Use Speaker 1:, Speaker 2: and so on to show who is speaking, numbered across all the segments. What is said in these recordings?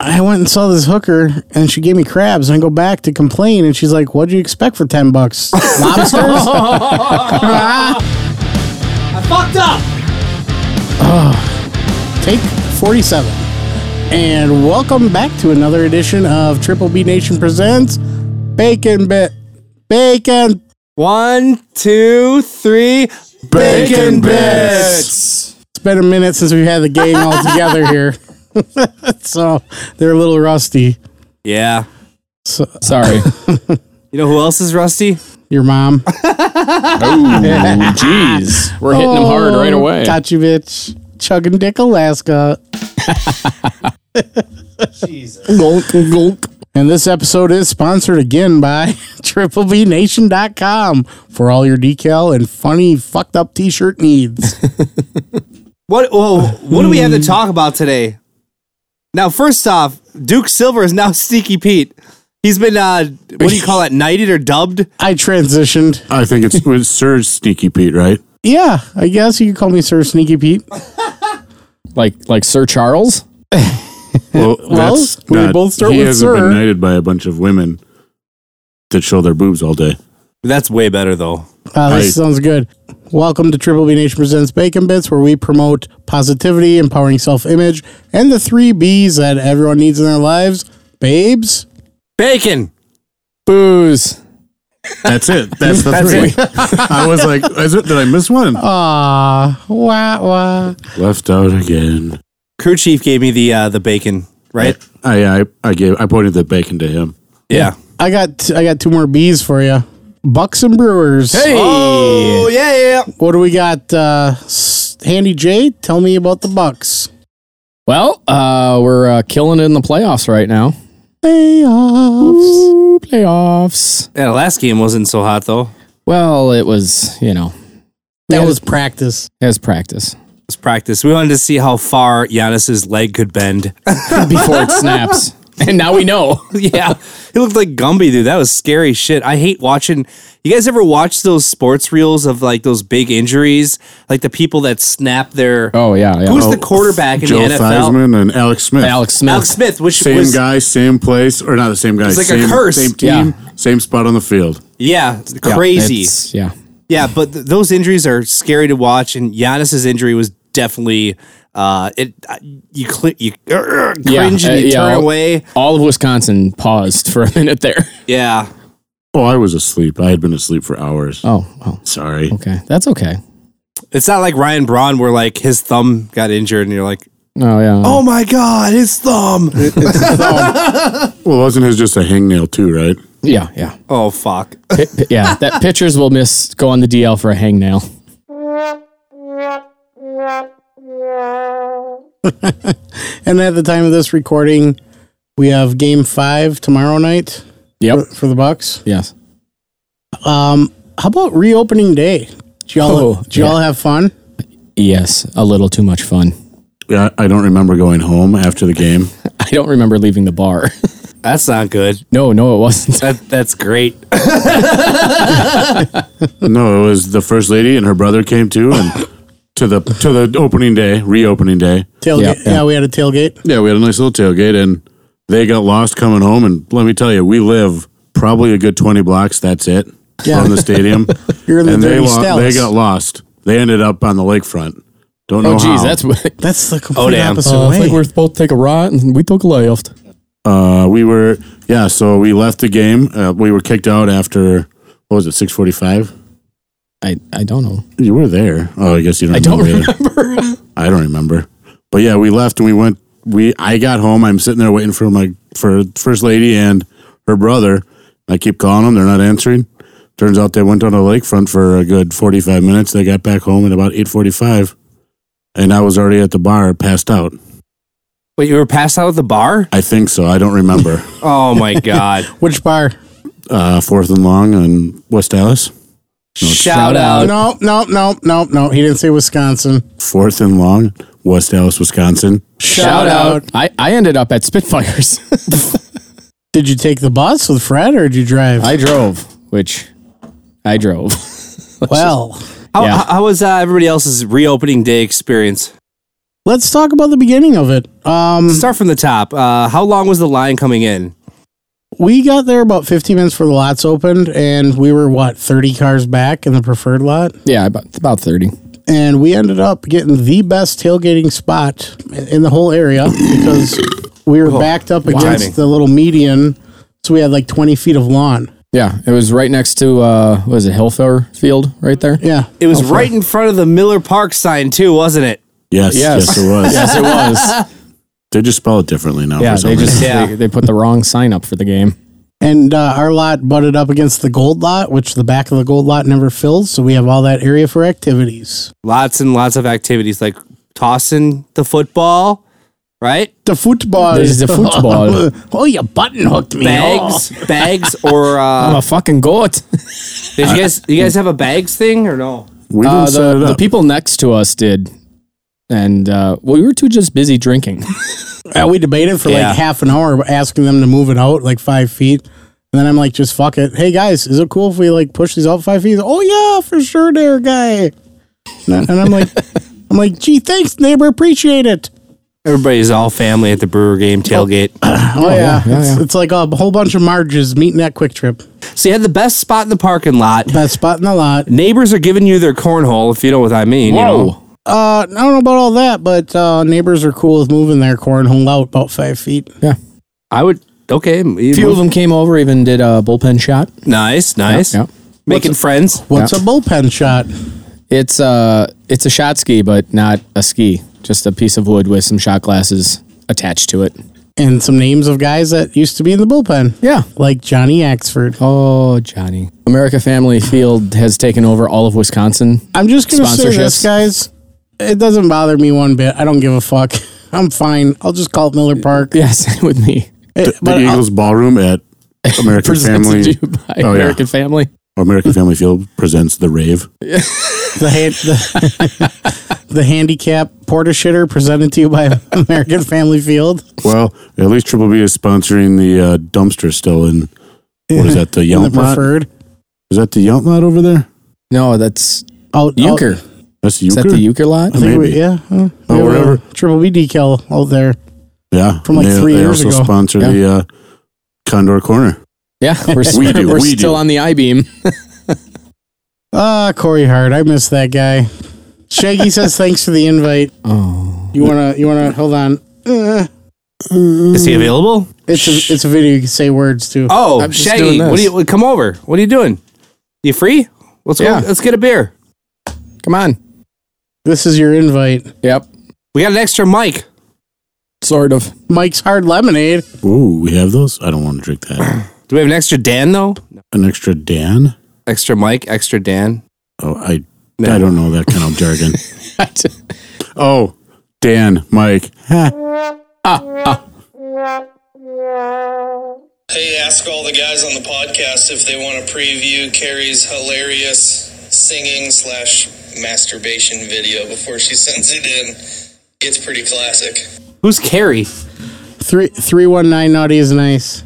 Speaker 1: went and saw this hooker and she gave me crabs and I go back to complain and she's like, What'd you expect for ten bucks? Lobsters?
Speaker 2: I fucked up.
Speaker 1: Take forty seven. And welcome back to another edition of Triple B Nation Presents Bacon Bit Bacon
Speaker 2: One, two, three.
Speaker 1: Bacon It's been a minute since we've had the gang all together here. so they're a little rusty.
Speaker 2: Yeah.
Speaker 1: So,
Speaker 3: Sorry.
Speaker 2: You know who else is rusty?
Speaker 1: your mom.
Speaker 3: oh, jeez. We're hitting them hard right
Speaker 1: Oh,
Speaker 3: away.
Speaker 1: Got you, bitch. Chugging Dick, Alaska.
Speaker 2: Jesus.
Speaker 1: And this episode is sponsored again by TripleBNation.com for all your decal and funny fucked up t shirt needs.
Speaker 2: What? Whoa, what do we have to talk about today? Now, first off, Duke Silver is now Sneaky Pete. He's been uh, what do you call it? Knighted or dubbed?
Speaker 1: I transitioned.
Speaker 4: I think it's with Surge Sneaky Pete, right?
Speaker 1: Yeah, I guess you could call me Sir Sneaky Pete.
Speaker 3: Like like Sir Charles?
Speaker 4: Well,
Speaker 1: Well, we both start
Speaker 4: he
Speaker 1: with
Speaker 4: hasn't
Speaker 1: Sir.
Speaker 4: been knighted by a bunch of women that show their boobs all day.
Speaker 2: That's way better though.
Speaker 1: Uh, this
Speaker 4: Hey.
Speaker 1: sounds good. Welcome to Triple B Nation Presents Bacon Bits, where we promote positivity, empowering self image, and the three B's that everyone needs in their lives babes,
Speaker 2: Bacon.
Speaker 3: Booze.
Speaker 4: That's it. That's the three. I was like, is it, did I miss one?
Speaker 1: Ah, wah, wah.
Speaker 4: Left out again.
Speaker 2: Crew chief gave me the uh, the bacon, right?
Speaker 4: I, I I gave I pointed the bacon to him.
Speaker 2: Yeah.
Speaker 1: I got t- I got two more B's for you. Bucks and Brewers.
Speaker 3: Hey.
Speaker 2: Oh yeah, yeah.
Speaker 1: What do we got? Uh, S- Handy J, tell me about the Bucks.
Speaker 3: Well, uh, we're uh, killing it in the playoffs right now.
Speaker 1: Playoffs.
Speaker 3: Ooh, playoffs.
Speaker 2: That last game wasn't so hot though.
Speaker 3: Well, it was, you know,
Speaker 1: That was practice.
Speaker 3: as practice
Speaker 2: It's practice. We wanted to see how far Giannis's leg could bend.
Speaker 3: Oh, before it snaps. and now we know.
Speaker 2: yeah, he looked like Gumby, dude. That was scary shit. I hate watching. You guys ever watch those sports reels of like those big injuries, like the people that snap their?
Speaker 3: Oh, yeah. yeah.
Speaker 2: who's the quarterback in
Speaker 4: Joe
Speaker 2: the NFL?
Speaker 4: Theismann and Alex Smith.
Speaker 3: Alex Smith.
Speaker 2: Alex Smith, which
Speaker 4: Same
Speaker 2: was
Speaker 4: guy, same place, or not the same guy.
Speaker 2: It's like a
Speaker 4: same,
Speaker 2: curse.
Speaker 4: Same team, same spot on the field.
Speaker 2: yeah
Speaker 3: Yeah,
Speaker 2: crazy.
Speaker 3: it's- Yeah.
Speaker 2: Yeah, but th- those injuries are scary to watch, and Giannis's injury was definitely uh, it. Uh, you cl- you uh, cringe and you
Speaker 3: uh, yeah,
Speaker 2: turn
Speaker 3: I'll-
Speaker 2: away.
Speaker 3: All of Wisconsin paused for a minute there.
Speaker 2: Yeah,
Speaker 4: Oh, I was asleep. I had been asleep for hours.
Speaker 3: Oh, oh,
Speaker 4: Sorry.
Speaker 3: okay. That's okay.
Speaker 2: it's not like Ryan Braun where like his thumb got injured, and you're like,
Speaker 3: Oh, yeah.
Speaker 2: oh my god, his thumb.
Speaker 4: Well, wasn't his just a hangnail too, right?
Speaker 3: Yeah, yeah.
Speaker 2: oh fuck.
Speaker 3: Pi- pi- yeah, that pitchers will miss go on the DL for a hangnail.
Speaker 1: And at the time of this recording, we have game five tomorrow night
Speaker 3: Yep.
Speaker 1: for the Bucks.
Speaker 3: Yes.
Speaker 1: How about reopening day? Did y'all,
Speaker 3: Oh,
Speaker 1: did y'all have fun?
Speaker 3: Yes. A little too much fun.
Speaker 4: Yeah, I don't remember going home after the game.
Speaker 3: I don't remember leaving the bar.
Speaker 2: That's not good.
Speaker 3: no, no, it wasn't.
Speaker 2: That that's great.
Speaker 4: No, it was the first lady and her brother came too, and to the to the opening day, reopening day.
Speaker 1: Tailgate.
Speaker 3: yeah.
Speaker 1: yeah, we had a tailgate.
Speaker 4: Yeah, we had a nice little tailgate, and they got lost coming home. And let me tell you, we live probably a good twenty blocks. That's it
Speaker 1: Yeah.
Speaker 4: from the stadium,
Speaker 1: You're in the
Speaker 4: and they
Speaker 1: dirty
Speaker 4: lo- they
Speaker 1: Stellas.
Speaker 4: got lost. They ended up on the lakefront. Don't know
Speaker 3: Oh, geez,
Speaker 4: how.
Speaker 3: that's what.
Speaker 1: That's the
Speaker 3: Oh,
Speaker 1: complete
Speaker 2: damn.
Speaker 1: opposite way.
Speaker 3: supposed to take a ride, and we took a left.
Speaker 4: uh, we were yeah. So we left the game. Uh, we were kicked out after what was it six forty five.
Speaker 3: I, I don't know.
Speaker 4: You were there. Oh, I guess you don't.
Speaker 3: I don't
Speaker 4: remember either.
Speaker 3: remember.
Speaker 4: I don't remember. But yeah, we left and we went. We I got home. I'm sitting there waiting for my for first lady and her brother. I keep calling them. They're not answering. Turns out they went on the lakefront for a good 45 minutes. They got back home at about 8:45, and I was already at the bar, passed out.
Speaker 2: Wait, you were passed out at the bar?
Speaker 4: I think so. I don't remember.
Speaker 2: Oh my god.
Speaker 1: Which bar?
Speaker 4: uh, fourth and long on West Dallas.
Speaker 2: Shout out.
Speaker 1: no, no, no, no, no. He didn't say Wisconsin.
Speaker 4: Fourth and long, West Dallas, Wisconsin.
Speaker 3: Shout out. I, I ended up at Spitfires.
Speaker 1: Did you take the bus with Fred or did you drive?
Speaker 3: I drove, which I drove.
Speaker 1: well,
Speaker 2: How,
Speaker 3: Yeah.
Speaker 2: how was uh, everybody else's reopening day experience?
Speaker 1: Let's talk about the beginning of it. Um,
Speaker 2: Start from the top. Uh, how long was the line coming in?
Speaker 1: we got there about 15 minutes before the lots opened, and we were, what, 30 cars back in the preferred lot?
Speaker 3: Yeah, about about thirty.
Speaker 1: and we ended up getting the best tailgating spot in the whole area because we
Speaker 3: Oh,
Speaker 1: were backed up
Speaker 2: timing.
Speaker 1: against the little median, so we had like twenty feet of lawn.
Speaker 3: Yeah, it was right next to uh, what is it Hillfair Field right there?
Speaker 1: Yeah,
Speaker 2: It
Speaker 3: Oh,
Speaker 2: was right in front of the Miller Park sign too, wasn't it?
Speaker 4: Yes, yes,
Speaker 3: Yes.
Speaker 4: it was.
Speaker 3: yes, it was.
Speaker 4: They just spell it differently now.
Speaker 3: Yeah,
Speaker 4: for some
Speaker 3: they just
Speaker 4: reason.
Speaker 2: Yeah.
Speaker 3: They, they put the wrong sign up for the game.
Speaker 1: and uh, our lot butted up against the gold lot, which the back of the gold lot never fills, so we have all that area for activities.
Speaker 2: Lots and lots of activities like tossing the football, right?
Speaker 1: The football.
Speaker 3: There's the football.
Speaker 1: oh, you button hooked me. Oh.
Speaker 2: Bags, bags, or
Speaker 3: I'm
Speaker 2: uh,
Speaker 3: a fucking goat.
Speaker 2: did you guys you guys have a bags thing or no?
Speaker 4: we didn't
Speaker 3: Uh,
Speaker 4: set
Speaker 3: the,
Speaker 4: it
Speaker 3: the
Speaker 4: up.
Speaker 3: people next to us did, and uh, well, we were too just busy drinking.
Speaker 1: Uh, we debated for
Speaker 2: Yeah.
Speaker 1: like half an hour, asking them to move it out like five feet. And then I'm like, just fuck it. Hey guys, is it cool if we like push these out five feet? Oh yeah, for sure, there, guy. And I'm like, I'm like, gee, thanks, neighbor, appreciate it.
Speaker 2: Everybody's all family at the brewer game tailgate.
Speaker 1: Oh, yeah,
Speaker 3: yeah,
Speaker 1: it's,
Speaker 3: yeah.
Speaker 1: it's like a whole bunch of marges meeting at Quick Trip.
Speaker 2: So you had the best spot in the parking lot.
Speaker 1: Best spot in the lot.
Speaker 2: Neighbors are giving you their cornhole, if you know what I mean. You know?
Speaker 1: Uh, I don't know about all that, but uh, neighbors are cool with moving their cornhole out about five feet.
Speaker 3: Yeah.
Speaker 2: I would. Okay.
Speaker 3: A few of them came over, even did a bullpen shot.
Speaker 2: Nice, nice.
Speaker 3: Yeah.
Speaker 2: Making friends.
Speaker 1: What's a bullpen shot?
Speaker 3: It's uh it's a shot ski, but not a ski. Just a piece of wood with some shot glasses attached to it.
Speaker 1: And some names of guys that used to be in the bullpen.
Speaker 3: Yeah.
Speaker 1: Like Johnny Axford.
Speaker 3: Oh, Johnny. America Family Field has taken over all of Wisconsin.
Speaker 1: I'm just gonna say this,
Speaker 3: Sponsorships.
Speaker 1: guys. It doesn't bother me one bit. I don't give a fuck. I'm fine. I'll just call it Miller Park.
Speaker 3: Yeah, same with me.
Speaker 1: Eh,
Speaker 4: the
Speaker 1: but I'll-
Speaker 4: Eagles ballroom at American
Speaker 3: Presents to
Speaker 4: Family
Speaker 3: you by
Speaker 4: Oh, yeah.
Speaker 3: American Family.
Speaker 4: American Family Field presents the rave.
Speaker 1: the, hand, the, the handicap porta shitter presented to you by American Family Field.
Speaker 4: Well, at least Triple B is sponsoring the uh, dumpster still in. What is that? The
Speaker 1: The
Speaker 4: Yount lot?
Speaker 1: preferred.
Speaker 4: Is that the Yount lot over there?
Speaker 3: No, that's
Speaker 1: Out, out-
Speaker 3: Euchre.
Speaker 4: That's the
Speaker 3: Is that
Speaker 4: Euchre?
Speaker 3: the Euchre lot?
Speaker 1: I think we-
Speaker 4: Maybe.
Speaker 1: yeah. huh?
Speaker 4: Oh,
Speaker 1: We have a
Speaker 4: whatever.
Speaker 1: Triple B decal out there.
Speaker 4: yeah,
Speaker 1: From, like,
Speaker 4: And they,
Speaker 1: three
Speaker 4: they
Speaker 1: years
Speaker 4: also
Speaker 1: ago.
Speaker 4: Sponsor the uh, Condor Corner.
Speaker 3: Yeah, we're,
Speaker 4: We do,
Speaker 3: we're
Speaker 4: we
Speaker 3: still
Speaker 4: do.
Speaker 3: on the I beam.
Speaker 1: Ah, Corey Hart. I miss that guy. Shaggy says thanks for the invite.
Speaker 3: Oh,
Speaker 1: You wanna you wanna hold on. Uh,
Speaker 2: Is he available?
Speaker 1: it's a it's a video you can say words to.
Speaker 2: Oh,
Speaker 3: I'm just
Speaker 2: Shaggy,
Speaker 3: doing
Speaker 2: what do
Speaker 3: this.
Speaker 2: you come over? What are you doing? You free? Let's
Speaker 3: Yeah.
Speaker 2: go. Let's get a beer.
Speaker 3: come on.
Speaker 1: This is your invite.
Speaker 3: Yep,
Speaker 2: We got an extra mic.
Speaker 3: sort of.
Speaker 1: Mike's hard lemonade.
Speaker 4: Ooh, we have those. I don't want to drink that.
Speaker 2: Do we have an extra Dan though?
Speaker 4: An extra Dan.
Speaker 2: Extra mic, extra Dan.
Speaker 4: Oh, I
Speaker 2: No.
Speaker 4: I don't know that kind of jargon.
Speaker 3: That's
Speaker 4: Oh, Dan, Mike.
Speaker 5: Hey, ask all the guys on the podcast if they want to preview Carrie's hilarious singing slash masturbation video before she sends it in. It's pretty classic.
Speaker 2: Who's Carrie?
Speaker 1: Three three one nine naughty is nice.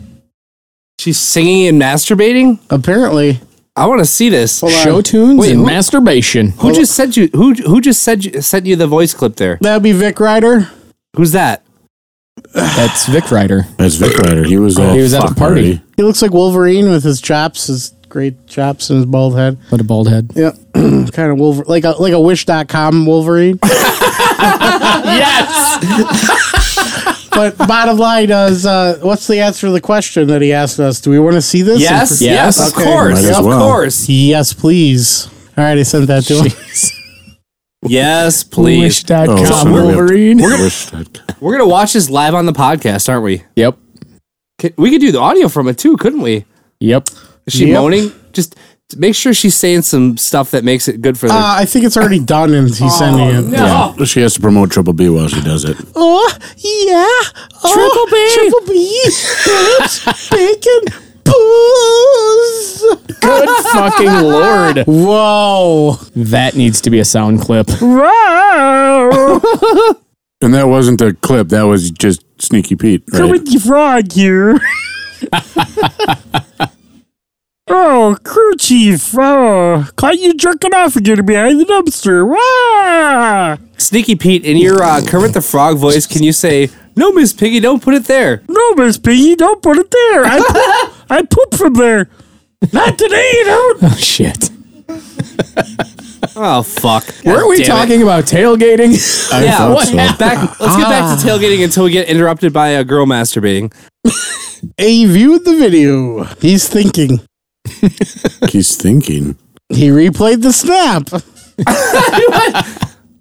Speaker 2: She's singing and masturbating.
Speaker 1: Apparently,
Speaker 2: I want to see this.
Speaker 3: show tunes
Speaker 2: uh, Wait,
Speaker 3: and
Speaker 2: who-
Speaker 3: masturbation.
Speaker 2: Who just sent you? Who who just sent you, sent you the voice clip there?
Speaker 1: that'd be Vic Ryder.
Speaker 2: Who's that?
Speaker 3: That's Vic Ryder.
Speaker 4: That's Vic Ryder. He was,
Speaker 3: Oh, He was at a
Speaker 4: Oh, fuck,
Speaker 3: party.
Speaker 4: already.
Speaker 1: He looks like Wolverine with his chops, his great chops, and his bald head.
Speaker 3: What a bald head.
Speaker 1: Yep, kind of Wolver like a like a Wish.com Wolverine.
Speaker 2: Yes.
Speaker 1: but bottom line is, uh, what's the answer to the question that he asked us? Do we want to see this?
Speaker 2: Yes. Yes. Of
Speaker 1: Okay.
Speaker 2: course.
Speaker 4: Might as
Speaker 2: Of
Speaker 4: well.
Speaker 2: course.
Speaker 1: Yes, please. All right, I sent that to him.
Speaker 2: Yes, please.
Speaker 3: Wish.com
Speaker 4: Oh, so now we have to-
Speaker 3: Wolverine.
Speaker 4: Wish I'd-
Speaker 2: We're gonna watch this live on the podcast, aren't we?
Speaker 3: Yep.
Speaker 2: Can- We could do the audio from it too, couldn't we?
Speaker 3: Yep.
Speaker 2: Is she
Speaker 1: Yep.
Speaker 2: moaning? Just make sure she's saying some stuff that makes it good for them.
Speaker 1: Uh, I think it's already done, and he's sending it.
Speaker 4: Yeah. She has to promote Triple B while she does it.
Speaker 1: Oh yeah,
Speaker 2: Triple
Speaker 3: Oh,
Speaker 2: B.
Speaker 1: triple B, bitch, bacon, booze.
Speaker 3: Good fucking lord.
Speaker 1: Whoa.
Speaker 3: That needs to be a sound clip.
Speaker 4: And that wasn't a clip. That was just Sneaky Pete. Right?
Speaker 1: your frog here. oh, Oh, crew chief. Oh, caught you jerking off again behind the dumpster. Wah!
Speaker 2: Sneaky Pete, in your uh, Kermit the Frog voice, can you say, "No, Miss Piggy, don't put it there"?
Speaker 1: No, Miss Piggy, don't put it there. I poop, I poop from there. Not today, you don't.
Speaker 3: Oh, shit.
Speaker 2: Oh fuck!
Speaker 3: Weren't we talking about tailgating?
Speaker 4: I
Speaker 2: Yeah,
Speaker 4: thought
Speaker 2: what
Speaker 4: so.
Speaker 2: Back, let's get back to tailgating until we get interrupted by a girl masturbating.
Speaker 1: He viewed the video. He's thinking.
Speaker 4: He's thinking.
Speaker 1: He replayed the snap.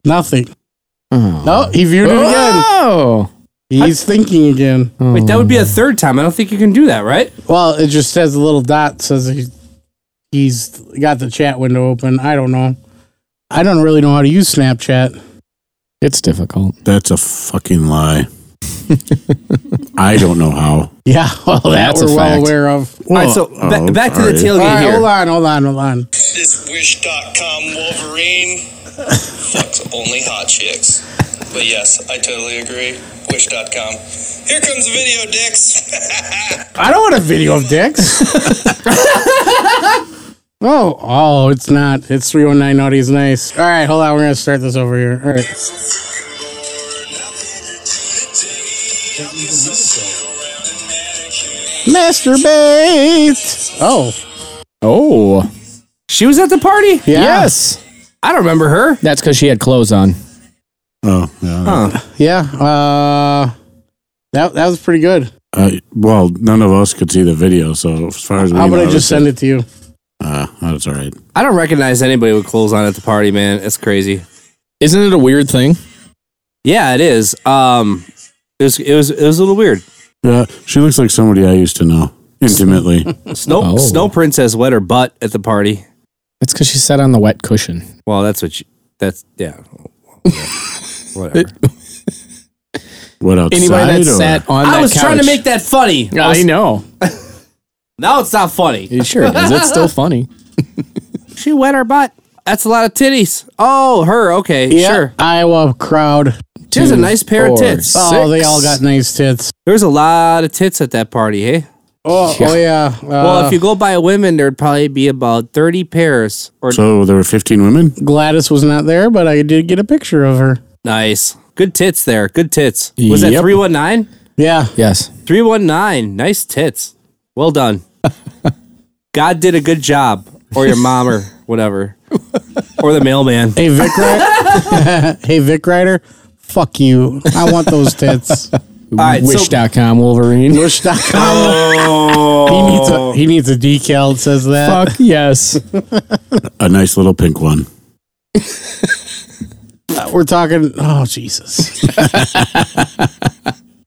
Speaker 1: Nothing. No, he viewed it again.
Speaker 3: oh.
Speaker 1: He's thinking again.
Speaker 2: Wait, that would be a third time. I don't think you can do that, right?
Speaker 1: Well, it just says a little dot says he, he's got the chat window open. I don't know. I don't really know how to use Snapchat.
Speaker 3: It's difficult.
Speaker 4: That's a fucking lie. I don't know how.
Speaker 1: Yeah, well,
Speaker 3: That's
Speaker 1: that
Speaker 3: a
Speaker 1: we're well
Speaker 3: fact.
Speaker 1: aware of.
Speaker 2: All right, so ba-
Speaker 4: oh,
Speaker 2: back to the
Speaker 4: sorry.
Speaker 2: tailgate
Speaker 1: All right,
Speaker 2: here.
Speaker 1: hold on, hold on, hold on.
Speaker 5: This Wish.com Wolverine fucks only hot chicks. But yes, I totally agree. Wish.com. Here comes the video, dicks.
Speaker 1: I don't want a video of dicks. oh, oh, it's not. It's 319 Audie's nice. All right, hold on. We're going to start this over here. All right. Masturbate. Oh,
Speaker 3: Oh.
Speaker 2: She was at the party.
Speaker 1: yeah.
Speaker 3: Yes.
Speaker 2: I don't remember her.
Speaker 3: That's because she had clothes on.
Speaker 4: Oh, yeah.
Speaker 1: Yeah. Uh, that, that was pretty good.
Speaker 4: Uh, well, none of us could see the video, so as far as we
Speaker 1: How about
Speaker 4: know,
Speaker 1: I just send it to you?
Speaker 4: Uh, that's all right.
Speaker 2: I don't recognize anybody with clothes on at the party, man. It's crazy.
Speaker 3: Isn't it a weird thing?
Speaker 2: Yeah, it is. Um, it was it was it was a little weird.
Speaker 4: Yeah, she looks like somebody I used to know intimately.
Speaker 2: Snow
Speaker 3: Oh.
Speaker 2: Snow Princess wet her butt at the party.
Speaker 3: That's because she sat on the wet cushion.
Speaker 2: Well, that's what you, that's yeah. Whatever.
Speaker 4: what outside?
Speaker 3: Anybody that
Speaker 4: or-
Speaker 3: sat on
Speaker 2: I
Speaker 3: that
Speaker 2: was trying to
Speaker 3: couch-
Speaker 2: make that funny.
Speaker 3: Yeah, I know.
Speaker 2: Now it's not funny.
Speaker 3: It sure is. It's still funny.
Speaker 2: She wet her butt. That's a lot of titties. Oh, her. Okay, sure.
Speaker 1: Iowa crowd.
Speaker 2: There's a
Speaker 3: Two,
Speaker 2: nice pair of
Speaker 3: four,
Speaker 2: tits.
Speaker 3: six.
Speaker 1: Oh, they all got nice tits.
Speaker 2: There's a lot of tits at that party, hey?
Speaker 1: Oh, yeah. Oh, yeah. Uh,
Speaker 2: Well, if you go by women, there'd probably be about 30 pairs or
Speaker 4: So there were 15 women?
Speaker 1: Gladys was not there, but I did get a picture of her.
Speaker 2: nice. Good tits there. Good tits. Was that
Speaker 3: Yep.
Speaker 2: 319?
Speaker 1: Yeah.
Speaker 3: Yes.
Speaker 2: 319. Nice tits. Well done. God did a good job. Or your mom or whatever. or the mailman.
Speaker 1: Hey, Vic Rider. hey, Vic Rider. Fuck you. I want those tits.
Speaker 2: All right. so-
Speaker 3: Wish.com Wolverine.
Speaker 1: Wish.com. He needs a, he needs a decal that says that.
Speaker 3: Fuck yes.
Speaker 4: A nice little pink one.
Speaker 1: We're talking. Oh, Jesus.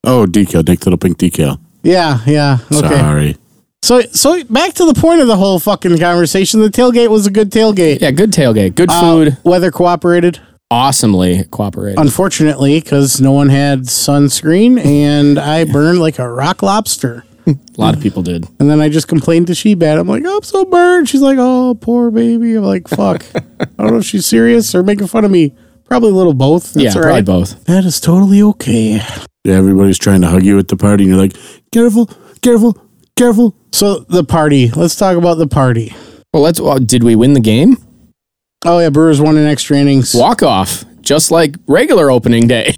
Speaker 4: Oh, decal, Nick, little pink decal.
Speaker 1: Yeah, yeah. Okay.
Speaker 4: Sorry.
Speaker 1: So, so back to the point of the whole fucking conversation. The tailgate was a good tailgate.
Speaker 3: Yeah, good tailgate. Good
Speaker 1: Uh,
Speaker 3: food.
Speaker 1: weather cooperated,
Speaker 3: Awesomely cooperated.
Speaker 1: unfortunately, because no one had sunscreen, and I burned like a rock lobster.
Speaker 3: a lot of people did.
Speaker 1: And then I just complained to Shebat. I'm like, I'm so burned. She's like, oh, poor baby. I'm like, fuck. I don't know if she's serious or making fun of me. Probably a little both. That's
Speaker 3: yeah,
Speaker 1: all
Speaker 3: probably
Speaker 1: right.
Speaker 3: both.
Speaker 1: That is totally okay.
Speaker 4: Yeah, everybody's trying to hug you at the party, and you're like, careful, careful, careful.
Speaker 1: So the party. Let's talk about the party.
Speaker 3: Well, let's. Well, did we win the game?
Speaker 1: Oh yeah, Brewers won in extra innings.
Speaker 3: Walk off, just like regular opening day.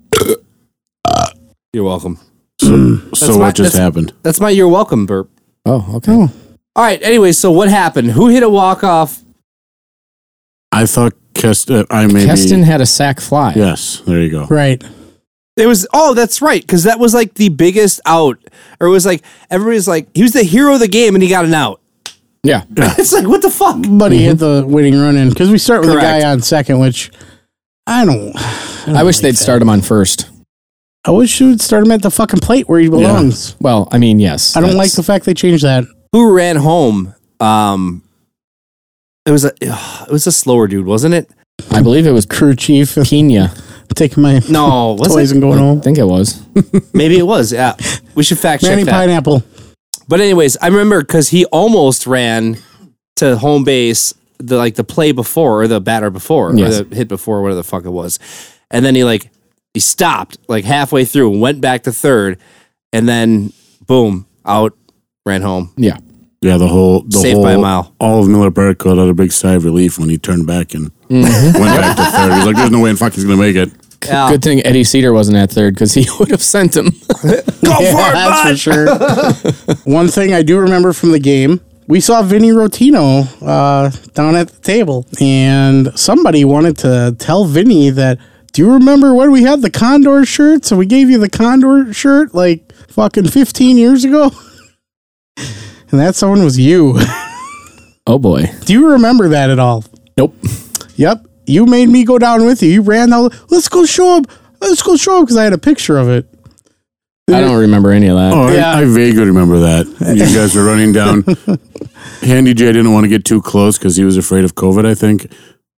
Speaker 2: You're welcome.
Speaker 4: So
Speaker 2: my-
Speaker 4: what
Speaker 2: that's-
Speaker 4: just happened?
Speaker 2: That's my you're welcome burp.
Speaker 3: Oh, okay.
Speaker 2: All right. Anyway, so what happened? Who hit a walk off?
Speaker 4: I thought Keston, uh, I maybe.
Speaker 3: Keston had a sack fly.
Speaker 4: Yes, there you go.
Speaker 1: Right.
Speaker 2: It was oh, that's right, because that was like the biggest out, or it was like everybody's like he was the hero of the game and he got an out.
Speaker 3: Yeah.
Speaker 2: It's like what the fuck?
Speaker 1: But he
Speaker 3: Mm-hmm.
Speaker 1: hit the winning run in because we start with a
Speaker 2: Correct.
Speaker 1: guy on second, which I don't.
Speaker 3: I wish they'd start him on first.
Speaker 1: I wish you would start him at the fucking plate where he belongs.
Speaker 3: Well, I mean, yes.
Speaker 1: I don't like
Speaker 3: that's-
Speaker 1: the fact they changed that.
Speaker 2: Who ran home? Um, it was a it was a slower dude, wasn't it?
Speaker 3: I believe it was
Speaker 1: Crew chief
Speaker 3: Pena.
Speaker 1: taking my
Speaker 2: No, was
Speaker 1: toys
Speaker 2: it?
Speaker 1: and going
Speaker 3: I
Speaker 1: home.
Speaker 3: think it was.
Speaker 2: Maybe it was. Yeah, we should fact check
Speaker 1: Manny
Speaker 2: that.
Speaker 1: pineapple.
Speaker 2: But anyways, I remember because he almost ran to home base the like the play before or the batter before
Speaker 3: Yes.
Speaker 2: or the hit before whatever the fuck it was, and then he like he stopped like halfway through and went back to third, and then boom out ran home.
Speaker 3: Yeah.
Speaker 4: Yeah, the whole the
Speaker 2: Safe
Speaker 4: whole,
Speaker 2: by a mile.
Speaker 4: All of Miller Park let out a big sigh of relief when he turned back and went back to third. He's like, "There's no way in fuck he's gonna make it."
Speaker 2: Yeah.
Speaker 3: Good thing Eddie Cedar wasn't at third because he would have sent him.
Speaker 2: Go for it,
Speaker 1: that's for
Speaker 2: bud!
Speaker 1: sure. One thing I do remember from the game, we saw Vinny Rotino uh, down at the table, and somebody wanted to tell Vinny that. Do you remember when we had the Condor shirt? So we gave you the Condor shirt like fucking 15 years ago. And that someone was you.
Speaker 3: oh boy.
Speaker 1: Do you remember that at all?
Speaker 3: Nope.
Speaker 1: Yep. You made me go down with you. You ran out. Let's go show him. Let's go show him because I had a picture of it.
Speaker 3: I don't remember any of that.
Speaker 4: Oh, I-
Speaker 1: Yeah.
Speaker 4: I, vaguely remember that. You guys were running down. Handy J didn't want to get too close because he was afraid of COVID. I think.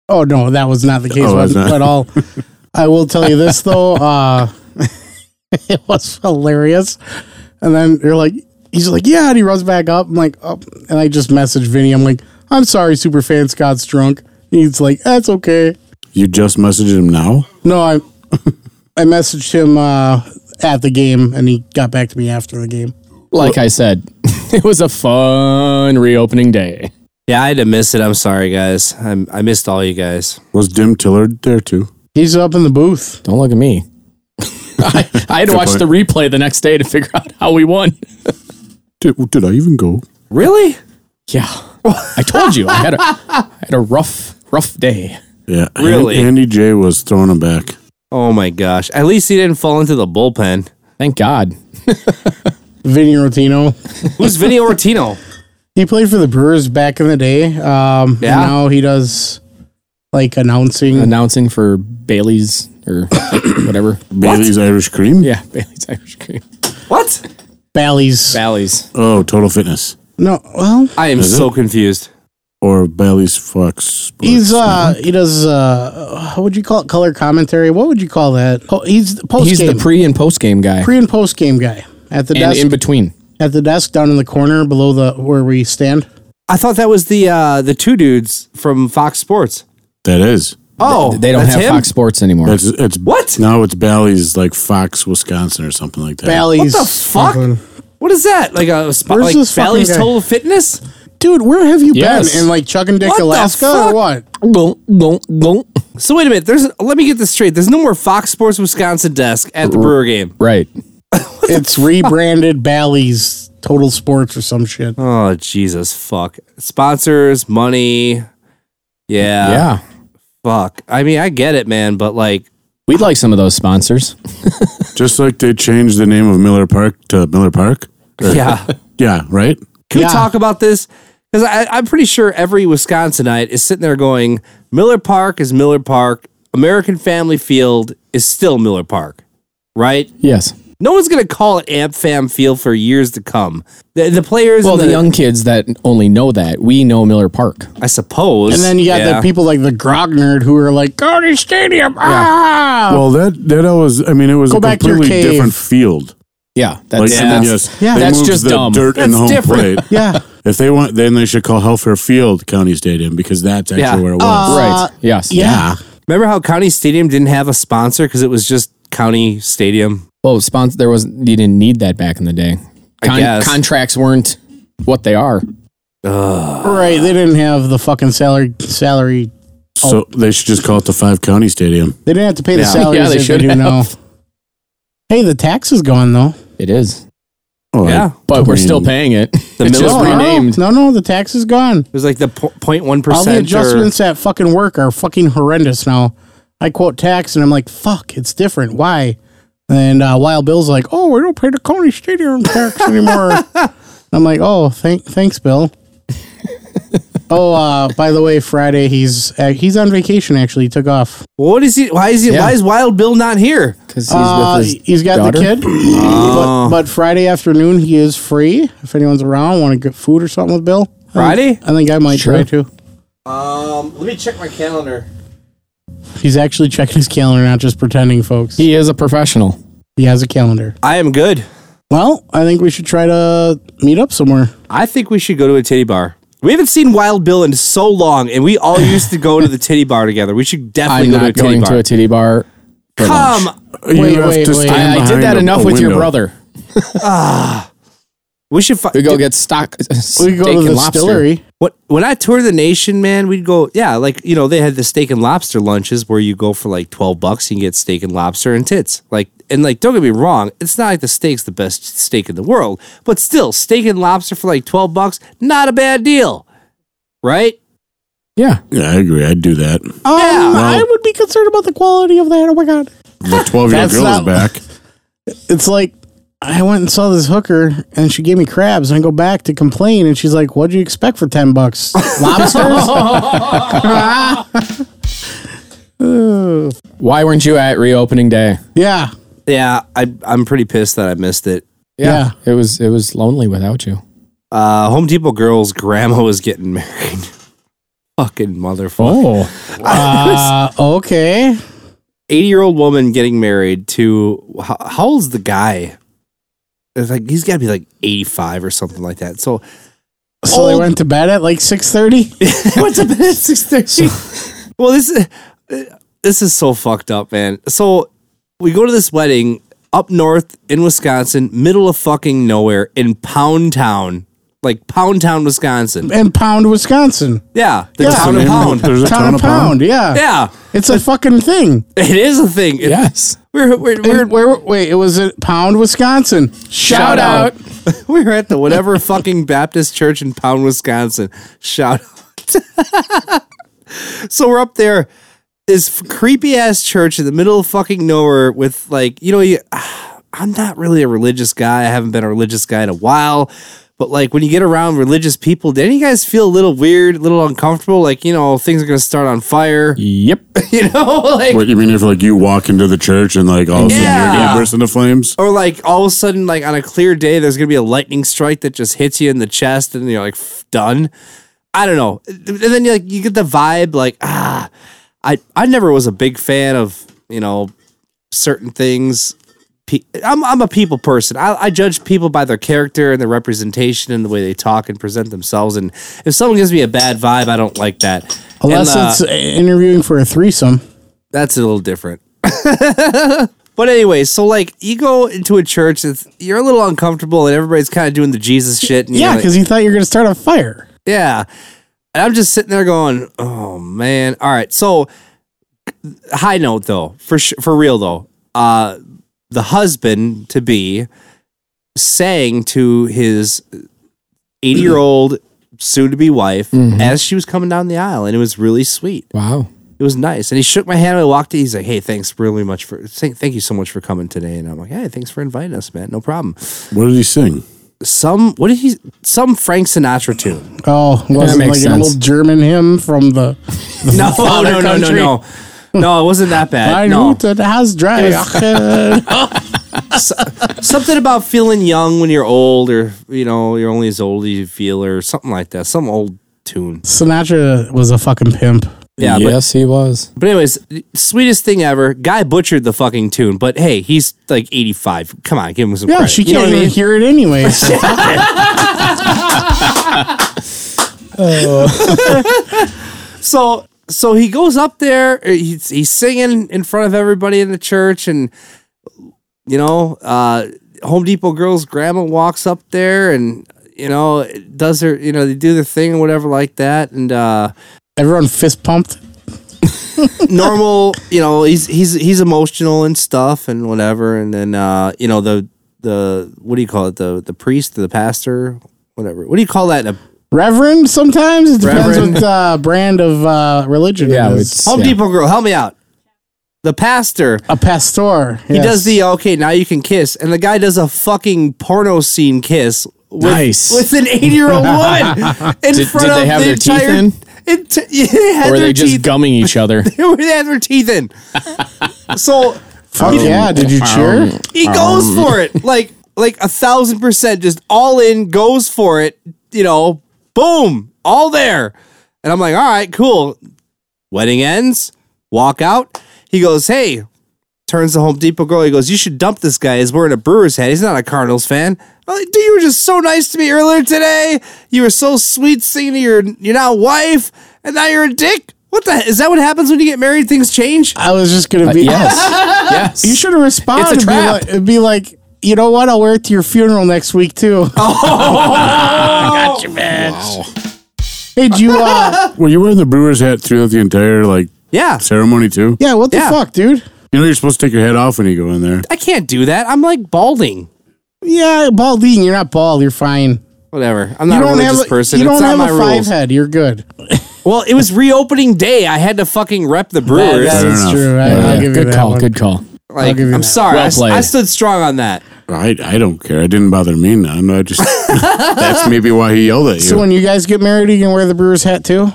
Speaker 1: Oh no, that was not the case.
Speaker 4: Oh, was
Speaker 1: but,
Speaker 4: not.
Speaker 1: but I'll, I will tell you this though. Uh, it was hilarious. And then you're like, he's like, yeah, and he runs back up. I'm like, oh, and I just messaged Vinny. I'm like, I'm sorry, super fan Scott's drunk. He's like, that's okay.
Speaker 4: You just messaged him now.
Speaker 1: No, I, I messaged him uh, at the game, and he got back to me after the game.
Speaker 3: Like I said, it was a fun reopening day.
Speaker 2: Yeah, I had to miss it. I'm sorry, guys. I'm, I missed all you guys.
Speaker 4: Was Dim Tillard there too?
Speaker 1: He's up in the booth.
Speaker 3: Don't look at me. I, I had to
Speaker 4: Good
Speaker 3: watch
Speaker 4: point.
Speaker 3: the replay the next day to figure out how we won.
Speaker 4: Did, did I even go?
Speaker 2: Really?
Speaker 3: Yeah, I told you I had a I had a rough rough day.
Speaker 4: Yeah, Han-
Speaker 2: Really?
Speaker 4: Handy J was throwing him back.
Speaker 2: Oh my gosh. At least he didn't fall into the bullpen.
Speaker 3: Thank God.
Speaker 1: Vinny Rotino.
Speaker 2: Who's Vinny Ortino?
Speaker 1: He played for the Brewers back in the day. Um, And
Speaker 2: Yeah.
Speaker 1: now he does like announcing.
Speaker 3: Announcing for Bailey's or whatever.
Speaker 4: Bailey's Irish Cream.
Speaker 3: Yeah, Bailey's Irish cream.
Speaker 2: What?
Speaker 1: Bally's.
Speaker 3: Bally's.
Speaker 4: Oh, Total Fitness
Speaker 1: no, well,
Speaker 2: I am
Speaker 4: Is it?
Speaker 2: so confused.
Speaker 4: or Bailey's Fox.
Speaker 1: he's uh, he does uh, how would you call it? Color commentary? What would you call that? Oh, he's post
Speaker 3: He's
Speaker 1: game,
Speaker 3: the pre and post game guy,
Speaker 1: pre and post game guy at the
Speaker 3: and
Speaker 1: desk
Speaker 3: in between.
Speaker 1: at the desk down in the corner below the where we stand.
Speaker 2: I thought that was the uh, the two dudes from Fox Sports.
Speaker 4: that is.
Speaker 2: Oh,
Speaker 3: They don't
Speaker 2: that's
Speaker 3: have
Speaker 2: him?
Speaker 3: Fox Sports anymore.
Speaker 4: It's, it's
Speaker 2: What?
Speaker 4: Now it's Bally's like Fox, Wisconsin, or something like that.
Speaker 1: Bally's.
Speaker 2: What the fuck? What is that? Like a spot
Speaker 1: Where's
Speaker 2: like
Speaker 1: this fucking
Speaker 2: Bally's
Speaker 1: guy?
Speaker 2: Total Fitness?
Speaker 1: dude? Where have you
Speaker 3: Yes.
Speaker 1: been in like Chuck and Dick,
Speaker 2: What the
Speaker 1: Alaska,
Speaker 2: fuck?
Speaker 1: or what?
Speaker 3: Gonk, gonk, gonk.
Speaker 2: So wait a minute. There's let me get this straight. There's no more Fox Sports Wisconsin desk at the Brewer game.
Speaker 3: Right.
Speaker 1: It's rebranded Bally's Total Sports or some shit.
Speaker 2: Oh Jesus fuck. Sponsors, money. Yeah.
Speaker 3: yeah.
Speaker 2: Fuck. I mean, I get it, man, but like
Speaker 3: We'd like some of those sponsors.
Speaker 4: Just like they changed the name of Miller Park to Miller Park.
Speaker 2: yeah.
Speaker 4: Yeah, right.
Speaker 2: Can
Speaker 1: Yeah.
Speaker 2: we talk about this? Because I'm pretty sure every Wisconsinite is sitting there going, Miller Park is Miller Park. American Family Field is still Miller Park, right?
Speaker 3: Yes.
Speaker 2: No one's going to call it Amp Fam Field for years to come. The, the players,
Speaker 3: Well,
Speaker 2: and
Speaker 3: the young kids that only know that we know Miller Park.
Speaker 2: I suppose.
Speaker 1: And then you got
Speaker 2: Yeah.
Speaker 1: the people like the Grog nerd who are like, go to Stadium. Ah!
Speaker 4: Well, that that was. I mean, it was
Speaker 1: Go
Speaker 4: a
Speaker 1: back to your
Speaker 4: completely
Speaker 1: cave.
Speaker 4: different field.
Speaker 3: Yeah,
Speaker 4: Like,
Speaker 3: that's
Speaker 4: and then,
Speaker 3: that's,
Speaker 4: yes,
Speaker 1: Yeah.
Speaker 4: they
Speaker 3: That's
Speaker 4: moved
Speaker 3: just
Speaker 4: the
Speaker 3: dumb.
Speaker 4: dirt
Speaker 2: That's
Speaker 4: and the home
Speaker 2: different.
Speaker 4: plate.
Speaker 1: yeah.
Speaker 4: If they want, then they should call Helfair Field County Stadium because that's actually
Speaker 2: Yeah.
Speaker 4: where it was.
Speaker 1: Uh,
Speaker 3: right. Yes.
Speaker 1: Yeah.
Speaker 2: Remember how County Stadium didn't have a sponsor because it was just County Stadium?
Speaker 3: Well, sponsor there was you didn't need that back in the day.
Speaker 2: I guess.
Speaker 3: Contracts weren't what they are.
Speaker 1: Right. They didn't have the fucking salary. Salary.
Speaker 4: So they should just call it the Five County Stadium.
Speaker 1: They didn't have to pay the
Speaker 2: Yeah.
Speaker 1: salaries
Speaker 3: Yeah, they
Speaker 1: that they
Speaker 3: should
Speaker 1: do
Speaker 3: have.
Speaker 1: now. Hey, the tax is gone though.
Speaker 3: It is,
Speaker 4: Oh, I-
Speaker 2: Yeah.
Speaker 3: but we're
Speaker 4: mean,
Speaker 3: still paying it.
Speaker 2: The
Speaker 3: it's
Speaker 2: Miller
Speaker 3: just
Speaker 2: Park.
Speaker 3: renamed.
Speaker 1: Oh, No, no, no, the tax is gone.
Speaker 2: It was like the po- 0.1%.
Speaker 1: All the
Speaker 2: or-
Speaker 1: adjustments at fucking work are fucking horrendous now. I quote tax and I'm like, fuck, it's different. Why? And uh, Wild Bill's like, oh, we don't pay the Coney Stadium tax anymore. I'm like, oh, thank, thanks, Bill. oh, uh, by the way, Friday he's uh, he's on vacation. Actually, he took off.
Speaker 2: what is he? Why is he?
Speaker 3: Yeah.
Speaker 2: Why is Wild Bill not here?
Speaker 3: Because he's
Speaker 1: Uh,
Speaker 3: with his
Speaker 1: he's got
Speaker 3: daughter.
Speaker 1: the kid. but, but Friday afternoon he is free. If anyone's around, want to get food or something with Bill? I think-
Speaker 2: Friday?
Speaker 1: I think I might try
Speaker 3: Sure.
Speaker 1: to.
Speaker 2: Um, let me check my calendar.
Speaker 1: He's actually checking his calendar, not just pretending, folks. He,
Speaker 3: He is a professional.
Speaker 1: he has a calendar.
Speaker 2: I am good.
Speaker 1: Well, I think we should try to meet up somewhere.
Speaker 2: I think we should go to a titty bar. We haven't seen Wild Bill in so long, and we all used to go to the titty bar together. We should definitely
Speaker 3: I'm
Speaker 2: go to a
Speaker 3: not
Speaker 2: titty
Speaker 3: going
Speaker 2: bar.
Speaker 3: to a titty bar. for lunch.
Speaker 2: Come,
Speaker 4: You
Speaker 1: Wait,
Speaker 4: have
Speaker 1: wait,
Speaker 4: to
Speaker 1: wait.
Speaker 4: stand
Speaker 3: I, I did
Speaker 4: behind
Speaker 3: that
Speaker 4: a-
Speaker 3: enough
Speaker 4: a
Speaker 3: with your
Speaker 4: window.
Speaker 3: brother.
Speaker 2: We should fi-
Speaker 3: We go get stock.
Speaker 1: We could go to the
Speaker 3: distillery.
Speaker 1: distillery.
Speaker 2: What when I toured the nation, man, we'd go. Yeah, like you know, they had the steak and lobster lunches where you go for like twelve bucks, you can get steak and lobster and tits. Like and like, don't get me wrong, it's not like the steak's the best steak in the world, but still, steak and lobster for like twelve bucks, not a bad deal, right?
Speaker 3: Yeah.
Speaker 4: Yeah, I agree. I'd do that.
Speaker 1: Um,
Speaker 4: Well-
Speaker 1: I would be concerned about the quality of that. Oh my god.
Speaker 4: The twelve year old
Speaker 1: That's
Speaker 4: girl is
Speaker 1: not-
Speaker 4: back.
Speaker 1: It's like I went and saw this hooker and she gave me crabs and I go back to complain and she's like, What'd you expect for ten bucks? Lobsters?
Speaker 3: Why weren't you at reopening day?
Speaker 1: yeah.
Speaker 2: Yeah, I I'm pretty pissed that I missed it.
Speaker 1: Yeah.
Speaker 3: It was it was lonely without you.
Speaker 2: Uh, Home Depot girl's grandma was getting married. Fucking motherfucker.
Speaker 3: Oh.
Speaker 1: Uh, okay.
Speaker 2: 80 year old woman getting married to how, how old's the guy? It's like he's got to be like 85 or something like that. So
Speaker 1: So they
Speaker 2: Old-
Speaker 1: went to bed at like six thirty?
Speaker 2: what's up at 6:30? Well, this is this is so fucked up, man. So we go to this wedding up north in Wisconsin, middle of fucking nowhere in Pound Town. Like Pound Town, Wisconsin.
Speaker 1: And pound Wisconsin.
Speaker 2: Yeah, the
Speaker 1: Yeah.
Speaker 2: town of Pound.
Speaker 4: There's a
Speaker 1: Town, of pound, yeah.
Speaker 2: Yeah,
Speaker 1: It's a fucking thing.
Speaker 2: it is a thing. It-
Speaker 3: Yes.
Speaker 2: We're, we're,
Speaker 1: Where,
Speaker 2: we're,
Speaker 1: where, wait, it was at Pound, Wisconsin.
Speaker 3: Shout out.
Speaker 2: We were at the whatever fucking Baptist church in Pound, Wisconsin. Shout out. so we're up there, this creepy ass church in the middle of fucking nowhere with like, you know, you, I'm not really a religious guy. I haven't been a religious guy in a while. But like when you get around religious people, then you guys feel a little weird, a little uncomfortable. Like, you know, things are going to start on fire.
Speaker 3: Yep.
Speaker 2: You know, like
Speaker 4: What you mean if like you walk into the church and like all of a sudden
Speaker 2: Yeah.
Speaker 4: your knee bursts into flames?
Speaker 2: or like all of a sudden, like on a clear day, there's gonna be a lightning strike that just hits you in the chest, and you're like "F- done. I don't know. And then you like you get the vibe like ah, I I never was a big fan of you know certain things. Pe- I'm I'm a people person. I, I judge people by their character and their representation and the way they talk and present themselves. And if someone gives me a bad vibe, I don't like that. And,
Speaker 1: Unless
Speaker 2: uh,
Speaker 1: it's uh, interviewing for a threesome.
Speaker 2: that's a little different. but anyway, so like you go into a church, it's, you're a little uncomfortable, and everybody's kind of doing the Jesus shit. And you're
Speaker 1: Yeah,
Speaker 2: like-
Speaker 1: because you thought you were going to start a fire.
Speaker 2: yeah. And I'm just sitting there going, oh man. All right. So high note though, for sh- for real though, uh, the husband to be sang to his 80 year old soon to be wife
Speaker 1: Mm-hmm.
Speaker 2: as she was coming down the aisle, and it was really sweet
Speaker 3: Wow.
Speaker 2: it was nice. And he shook my hand. And I walked in. He's like, "Hey, thanks really much for thank, thank you so much for coming today." And I'm like, "Hey, thanks for inviting us, man. No problem."
Speaker 4: What did he sing?
Speaker 2: Some what did he? Some Frank Sinatra tune?
Speaker 1: Oh, wasn't
Speaker 3: makes
Speaker 1: like an
Speaker 3: sense.
Speaker 1: old German hymn from the. the
Speaker 2: No, no,
Speaker 1: father
Speaker 2: no, no, no,
Speaker 1: country?
Speaker 2: no, no. It wasn't that
Speaker 1: I
Speaker 2: bad.
Speaker 1: know
Speaker 2: No,
Speaker 1: that has dry.
Speaker 2: something about feeling young when you're old, or you know, you're only as old as you feel, or something like that. Some old tune.
Speaker 1: Sinatra was a fucking pimp.
Speaker 2: Yeah, but
Speaker 3: yes, he was.
Speaker 2: But anyways, sweetest thing ever. Guy butchered the fucking tune, but hey, he's like 85. Come on, give him some
Speaker 1: Yeah,
Speaker 2: credit.
Speaker 1: she
Speaker 2: You know
Speaker 1: can't
Speaker 2: what I
Speaker 1: even
Speaker 2: mean?
Speaker 1: hear it anyways.
Speaker 2: so so he goes up there he's, he's singing in front of everybody in the church and you know uh home depot girl's grandma walks up there and you know does her you know they do their thing or whatever like that and uh
Speaker 1: Everyone fist pumped.
Speaker 2: normal you know he's he's he's emotional and stuff and whatever and then uh you know the the what do you call it the the priest the pastor whatever what do you call that in a
Speaker 1: Reverend, sometimes it depends
Speaker 2: Reverend.
Speaker 1: what uh, brand of uh, religion
Speaker 3: Yeah,
Speaker 1: it
Speaker 3: it's-
Speaker 1: is.
Speaker 2: home
Speaker 3: Yeah.
Speaker 2: depot girl help me out the pastor
Speaker 1: A pastor.
Speaker 2: He does the uh, okay, now you can kiss, and the guy does a fucking porno scene kiss. With,
Speaker 3: Nice.
Speaker 2: with an eighty-year-old woman in
Speaker 3: Did-
Speaker 2: front
Speaker 3: did they
Speaker 2: of
Speaker 3: have
Speaker 2: the
Speaker 3: their teeth
Speaker 2: entire,
Speaker 3: in?
Speaker 2: It t- they had
Speaker 3: Or were
Speaker 2: their
Speaker 3: they just
Speaker 2: teeth.
Speaker 3: gumming each other?
Speaker 2: they had their teeth in. so
Speaker 3: Oh,
Speaker 1: Fuck yeah, did you cheer?
Speaker 2: he goes for it, like like a thousand percent, just all in, goes for it. You know, boom, all there. And I'm like, all right, cool. Wedding ends. Walk out. He goes, hey, turns to Home Depot girl. He goes, "You should dump this guy. He's wearing a Brewers hat. He's not a Cardinals fan." I'm like, dude, you were just so nice to me earlier today. You were so sweet singing to your your now wife, and now you're a dick. What the? Is that what happens when you get married? Things change.
Speaker 1: I was just gonna be.
Speaker 3: Uh, yes. yes.
Speaker 1: You should have responded. and
Speaker 3: It's a
Speaker 1: be
Speaker 3: trap.
Speaker 1: like- It'd be like, you know what? I'll wear it to your funeral next week too.
Speaker 3: Oh,
Speaker 1: Hey, did you? Uh,
Speaker 4: Were you wearing the Brewers hat throughout the entire like
Speaker 2: Yeah.
Speaker 4: ceremony too?
Speaker 1: yeah, what the
Speaker 2: Yeah.
Speaker 1: fuck, dude?
Speaker 4: You know you're supposed to take your head off when you go in there.
Speaker 2: I can't do that. I'm like balding.
Speaker 1: Yeah, balding. You're not bald. You're fine.
Speaker 2: Whatever. I'm
Speaker 1: You
Speaker 2: not a
Speaker 1: don't
Speaker 2: religious
Speaker 1: have. A,
Speaker 2: person.
Speaker 1: You
Speaker 2: it's
Speaker 1: don't
Speaker 2: not
Speaker 1: have
Speaker 2: my
Speaker 1: a five
Speaker 2: rules.
Speaker 1: head. You're good.
Speaker 2: Well, it was reopening day. I had to fucking rep the Brewers.
Speaker 4: Fair
Speaker 1: That's
Speaker 4: enough.
Speaker 1: true. I, I'll
Speaker 3: Yeah,
Speaker 1: give you
Speaker 3: good
Speaker 1: that
Speaker 3: call.
Speaker 1: one.
Speaker 3: Good call.
Speaker 2: like,
Speaker 1: give you
Speaker 2: I'm
Speaker 1: that.
Speaker 2: sorry.
Speaker 3: Well
Speaker 2: I s- I,
Speaker 3: played.
Speaker 2: stood strong on that.
Speaker 4: I I don't care. I didn't bother me. No, I'm not just. that's maybe why he yelled at you.
Speaker 1: So when you guys get married, are you can wear the Brewers hat too.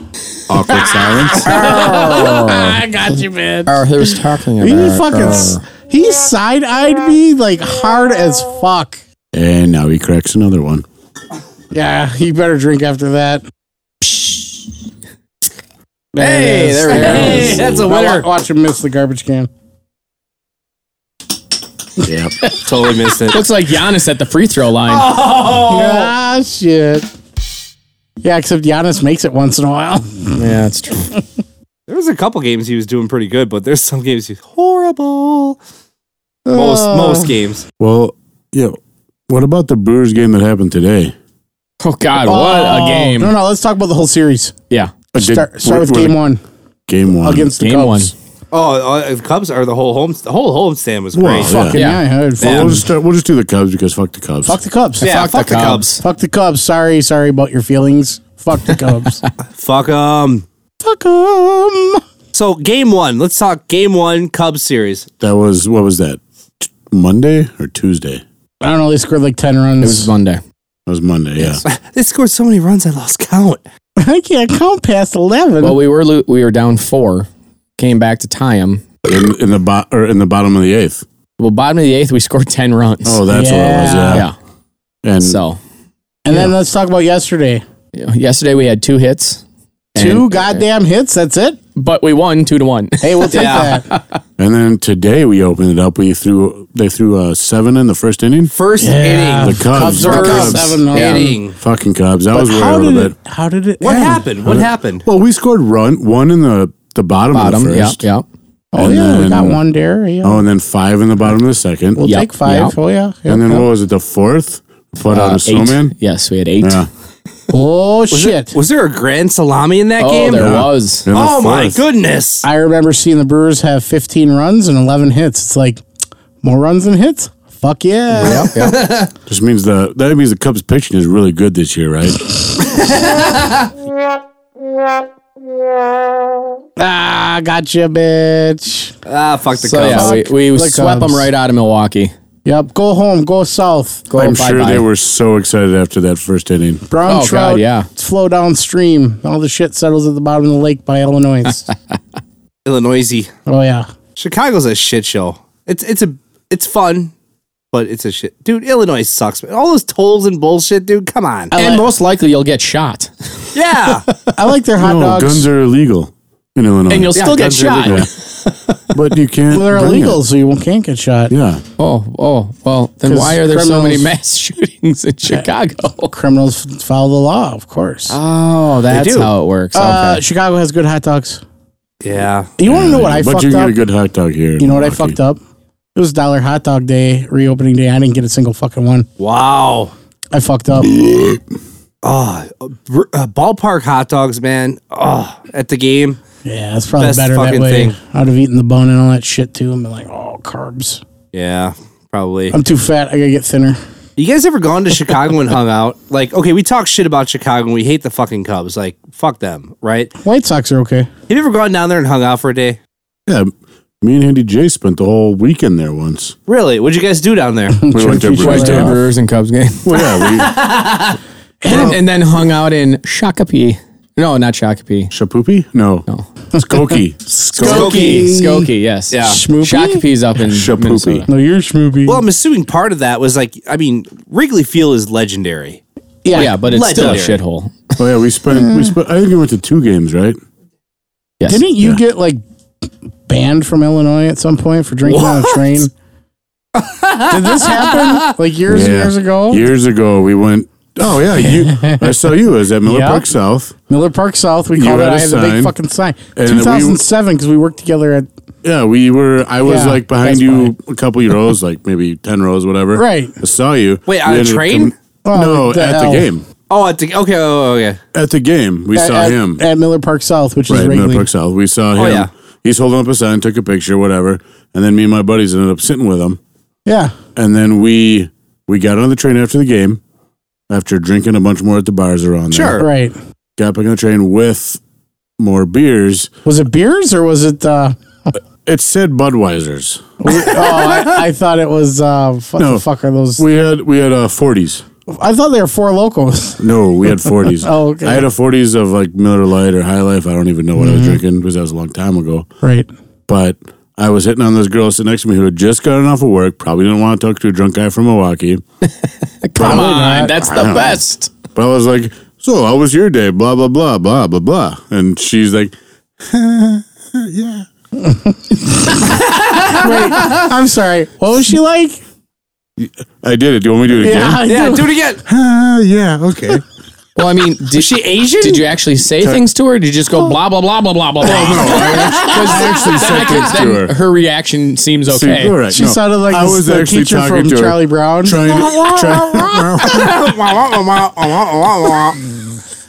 Speaker 4: Awkward silence.
Speaker 3: Oh, he was talking about. uh,
Speaker 1: He fucking
Speaker 2: uh,
Speaker 1: s- he side eyed me like hard as fuck.
Speaker 4: and now he cracks another one.
Speaker 1: Yeah, you better drink after that.
Speaker 2: Hey, there it is. Hey, that's a
Speaker 1: Now wa-
Speaker 2: winner.
Speaker 1: Watch him miss the garbage can.
Speaker 4: Yep.
Speaker 2: Totally missed it.
Speaker 3: Looks like Giannis at the free throw line.
Speaker 1: Oh.
Speaker 2: Oh.
Speaker 1: Ah, shit. Yeah, except Giannis makes it once in a while.
Speaker 3: Yeah, that's true.
Speaker 2: There was a couple games he was doing pretty good, but there's some games he's horrible. Most
Speaker 1: Oh.
Speaker 2: most games.
Speaker 4: Well, yeah. What about the Brewers game that happened today?
Speaker 3: Oh God, what a
Speaker 1: Oh,
Speaker 3: game!
Speaker 1: No, no, let's talk about the whole series.
Speaker 3: Yeah,
Speaker 4: Uh, did-
Speaker 1: Start, start with
Speaker 4: were-
Speaker 1: game one
Speaker 4: Game one
Speaker 1: against the
Speaker 3: game
Speaker 1: Cubs.
Speaker 3: one.
Speaker 2: Oh, uh, the Cubs are the whole home. The whole home stand was
Speaker 4: Wow,
Speaker 2: great.
Speaker 4: yeah.
Speaker 1: Fucking yeah,
Speaker 3: Yeah.
Speaker 1: I heard. Fuck,
Speaker 4: Well, we'll, just start, we'll just do the Cubs because fuck the Cubs.
Speaker 1: fuck the Cubs.
Speaker 2: Yeah, fuck, the Cubs.
Speaker 1: Fuck the Cubs. Sorry, sorry about your feelings. Fuck the Cubs.
Speaker 2: Fuck them.
Speaker 1: Fuck them.
Speaker 2: So game one. Let's talk game one Cubs series.
Speaker 4: That was what was that? T- Monday or Tuesday?
Speaker 1: I don't know. They scored like 10 runs.
Speaker 3: It was Monday.
Speaker 4: That was Monday. Yeah.
Speaker 2: They scored so many runs I lost count.
Speaker 1: I can't count past 11.
Speaker 3: Well, we were lo- we were down four, came back to tie him.
Speaker 4: In, in the bo- or in the bottom of the eighth.
Speaker 3: Well, bottom of the eighth, we scored ten runs.
Speaker 4: Oh, that's what it was. Yeah.
Speaker 3: yeah.
Speaker 4: And
Speaker 3: So
Speaker 1: and then let's talk about yesterday.
Speaker 3: yesterday we had two hits,
Speaker 1: Two goddamn hits. That's it.
Speaker 3: but we won two to one.
Speaker 1: Hey, we'll take
Speaker 2: Yeah.
Speaker 1: that.
Speaker 4: and then today we opened it up. We threw they threw uh, seven in the first inning.
Speaker 2: First
Speaker 4: The
Speaker 2: inning.
Speaker 4: Cubs.
Speaker 1: Cubs are
Speaker 4: the
Speaker 1: up
Speaker 4: Cubs.
Speaker 1: seven nothing.
Speaker 2: Inning.
Speaker 4: Fucking Cubs. I was worried a
Speaker 1: How did
Speaker 4: little
Speaker 1: it?
Speaker 4: bit.
Speaker 1: How did it?
Speaker 2: What
Speaker 1: end?
Speaker 2: happened? What happened?
Speaker 4: Well, we scored run one in the the bottom, of
Speaker 3: Bottom.
Speaker 4: the
Speaker 3: Yep.
Speaker 4: first.
Speaker 3: Yep.
Speaker 1: Oh
Speaker 4: And
Speaker 1: yeah, we got
Speaker 4: then-
Speaker 1: one there. Yeah.
Speaker 4: Oh, and then five in the bottom of the second.
Speaker 1: we'll
Speaker 3: yeah,
Speaker 1: take five.
Speaker 3: yeah.
Speaker 1: Oh yeah. yeah,
Speaker 4: and then
Speaker 1: yeah.
Speaker 4: what was it? The fourth. Put out
Speaker 3: Uh,
Speaker 4: a snowman.
Speaker 3: Eight. Yes, we had eight.
Speaker 4: Yeah.
Speaker 1: oh shit.
Speaker 2: Was there a grand salami in that
Speaker 3: Oh,
Speaker 2: game?
Speaker 3: there
Speaker 4: Yeah.
Speaker 3: was.
Speaker 4: In the
Speaker 2: Oh my
Speaker 4: fourth.
Speaker 2: goodness.
Speaker 1: I remember seeing the Brewers have 15 runs and 11 hits. It's like more runs than hits. Fuck yeah.
Speaker 4: Just means the that means the Cubs pitching is really good this year, right?
Speaker 1: ah, gotcha, bitch.
Speaker 2: Ah, fuck the
Speaker 3: So
Speaker 2: Cubs.
Speaker 3: yeah, we, we
Speaker 1: Like
Speaker 3: swept
Speaker 1: Cubs.
Speaker 3: them right out of Milwaukee.
Speaker 1: Yep. Go home. Go south.
Speaker 3: Go
Speaker 4: I'm sure
Speaker 3: bye-bye.
Speaker 4: they were so excited after that first inning.
Speaker 1: Brown
Speaker 3: Oh, God,
Speaker 1: trout
Speaker 3: yeah.
Speaker 1: flow downstream. All the shit settles at the bottom of the lake by Illinois.
Speaker 2: Illinois.
Speaker 1: oh yeah.
Speaker 2: Chicago's a shit show. It's it's a it's fun, but it's a shit. Dude, Illinois sucks. man. All those tolls and bullshit, dude. Come on.
Speaker 3: and most likely you'll get shot,
Speaker 2: yeah.
Speaker 1: I like their hot
Speaker 4: no,
Speaker 1: dogs.
Speaker 4: guns are illegal in Illinois.
Speaker 3: and you'll
Speaker 2: Yeah,
Speaker 3: still get
Speaker 2: guns are
Speaker 3: shot.
Speaker 4: Yeah. but you can't.
Speaker 1: Well, they're
Speaker 4: bring
Speaker 1: illegal, so you can't get shot.
Speaker 4: It. Yeah.
Speaker 3: Oh, oh, well, then
Speaker 1: 'Cause
Speaker 3: why are there so many
Speaker 1: criminals-
Speaker 3: mass shootings in Chicago?
Speaker 1: Oh, Criminals f- follow the law, of course.
Speaker 3: Oh, that's
Speaker 2: do.
Speaker 3: how it works.
Speaker 1: Uh,
Speaker 3: okay.
Speaker 1: Chicago has good hot dogs.
Speaker 2: Yeah.
Speaker 1: You want to know what I
Speaker 4: but
Speaker 1: fucked
Speaker 4: you can
Speaker 1: up?
Speaker 4: get a good hot dog here.
Speaker 1: you know what I fucked up? It was Dollar Hot Dog Day, reopening day. I didn't get a single fucking one.
Speaker 2: Wow.
Speaker 1: I fucked up.
Speaker 2: Oh, uh, br- uh, ballpark hot dogs, man. Oh, at the game.
Speaker 1: Yeah, it's probably
Speaker 2: Best
Speaker 1: better that
Speaker 2: fucking
Speaker 1: way.
Speaker 2: thing.
Speaker 1: I'd have eaten the bun and all that shit too, and been like, "Oh, carbs.
Speaker 2: Yeah, probably.
Speaker 1: I'm too fat. I gotta get thinner."
Speaker 2: You guys ever gone to Chicago and hung out? Like, okay, we talk shit about Chicago and we hate the fucking Cubs. Like, fuck them, right?
Speaker 1: White Sox are okay.
Speaker 2: Have you ever gone down there and hung out for a day?
Speaker 4: Yeah. Me and Andy J spent the whole weekend there once.
Speaker 2: Really? What'd you guys do down there?
Speaker 4: We went to
Speaker 1: Turkey
Speaker 4: Brewers
Speaker 1: shoulder.
Speaker 4: Day.
Speaker 1: Yeah.
Speaker 3: Brewers and Cubs game,
Speaker 4: Well, yeah,
Speaker 3: and, and then hung out in Shakopee. No, not Shakopee.
Speaker 4: we Shapoopy? No.
Speaker 3: No.
Speaker 4: Skokie.
Speaker 2: Skokie.
Speaker 3: Skokie, yes.
Speaker 2: Yeah.
Speaker 1: Shmoopy?
Speaker 3: Shakopee's up in
Speaker 4: Shapoopy.
Speaker 3: Minnesota.
Speaker 1: No, you're schmoopy.
Speaker 2: Well, I'm assuming part of that was like, I mean, Wrigley Field is legendary.
Speaker 1: yeah,
Speaker 3: Yeah, but it's still a
Speaker 2: Legendary.
Speaker 3: shithole.
Speaker 4: Oh yeah, we spent we spent I think we went to two games, right?
Speaker 3: Yes.
Speaker 1: Didn't you get like banned from Illinois at some point for drinking on a train? Did this happen like years and
Speaker 4: Yeah.
Speaker 1: years ago?
Speaker 4: Years ago we went Oh yeah, you. I saw you. It was at Miller
Speaker 1: Yeah.
Speaker 4: Park South.
Speaker 1: Miller Park South. We
Speaker 4: You
Speaker 1: called it.
Speaker 4: had a
Speaker 1: I had the big
Speaker 4: sign,
Speaker 1: fucking sign.
Speaker 4: and we-
Speaker 1: 2007 because we worked together at
Speaker 4: Yeah, we were. I was
Speaker 1: Yeah,
Speaker 4: like behind
Speaker 1: that's
Speaker 4: you a couple of rows, like maybe ten rows, whatever.
Speaker 1: Right.
Speaker 4: I saw you.
Speaker 2: Wait,
Speaker 4: We
Speaker 2: on a
Speaker 4: ended up
Speaker 2: train?
Speaker 1: Well,
Speaker 4: no,
Speaker 1: with the
Speaker 4: at
Speaker 1: L.
Speaker 4: the game.
Speaker 2: Oh, I think- okay, oh, okay.
Speaker 4: At the game, we
Speaker 1: at,
Speaker 4: saw
Speaker 1: at-
Speaker 4: him.
Speaker 1: at Miller Park South, which
Speaker 4: right,
Speaker 1: is
Speaker 4: Miller
Speaker 1: Wrigley.
Speaker 4: Park South. We saw him.
Speaker 2: Oh, yeah.
Speaker 4: He's holding up a sign, took a picture, whatever. And then me and my buddies ended up sitting with him.
Speaker 1: Yeah,
Speaker 4: And then we we got on the train after the game, after drinking a bunch more at the bars around there.
Speaker 2: Sure.
Speaker 1: right.
Speaker 4: Got back on the train with more beers.
Speaker 1: Was it beers or was it? Uh,
Speaker 4: It said Budweiser's.
Speaker 1: oh, I, I thought it was. Uh, what
Speaker 4: No.
Speaker 1: the fuck are those?
Speaker 4: We had we had uh, 40s.
Speaker 1: I thought they were four locals.
Speaker 4: No, we had 40s.
Speaker 1: Oh, okay.
Speaker 4: I had a 40s of like Miller Lite or High Life. I don't even know what
Speaker 1: Mm-hmm.
Speaker 4: I was drinking because that was a long time ago.
Speaker 1: right.
Speaker 4: But I was hitting on this girl sitting next to me who had just gotten off of work, probably didn't want to talk to a drunk guy from Milwaukee.
Speaker 3: Come
Speaker 1: not.
Speaker 3: on, that's the best.
Speaker 4: But I was like, "So, how was your day?" Blah blah blah blah blah blah. And she's like,
Speaker 1: Wait, I'm sorry. What was she like?
Speaker 4: "I did it. Do you want me to do it again?"
Speaker 1: I
Speaker 2: Yeah,
Speaker 1: do.
Speaker 2: do it again.
Speaker 4: Uh, yeah. Okay.
Speaker 3: Well, I mean, did
Speaker 2: She Asian?
Speaker 3: Did you actually say things to her? Or did you just go blah blah blah blah blah blah? blah?
Speaker 4: I actually said things to her.
Speaker 3: her. reaction seems
Speaker 4: See,
Speaker 3: okay.
Speaker 4: all right,
Speaker 1: She
Speaker 4: no.
Speaker 1: sounded like
Speaker 4: I
Speaker 1: the-
Speaker 4: was
Speaker 1: the
Speaker 4: actually
Speaker 1: teacher
Speaker 4: talking
Speaker 1: from
Speaker 4: to her,
Speaker 1: Charlie Brown.
Speaker 4: Trying to, try,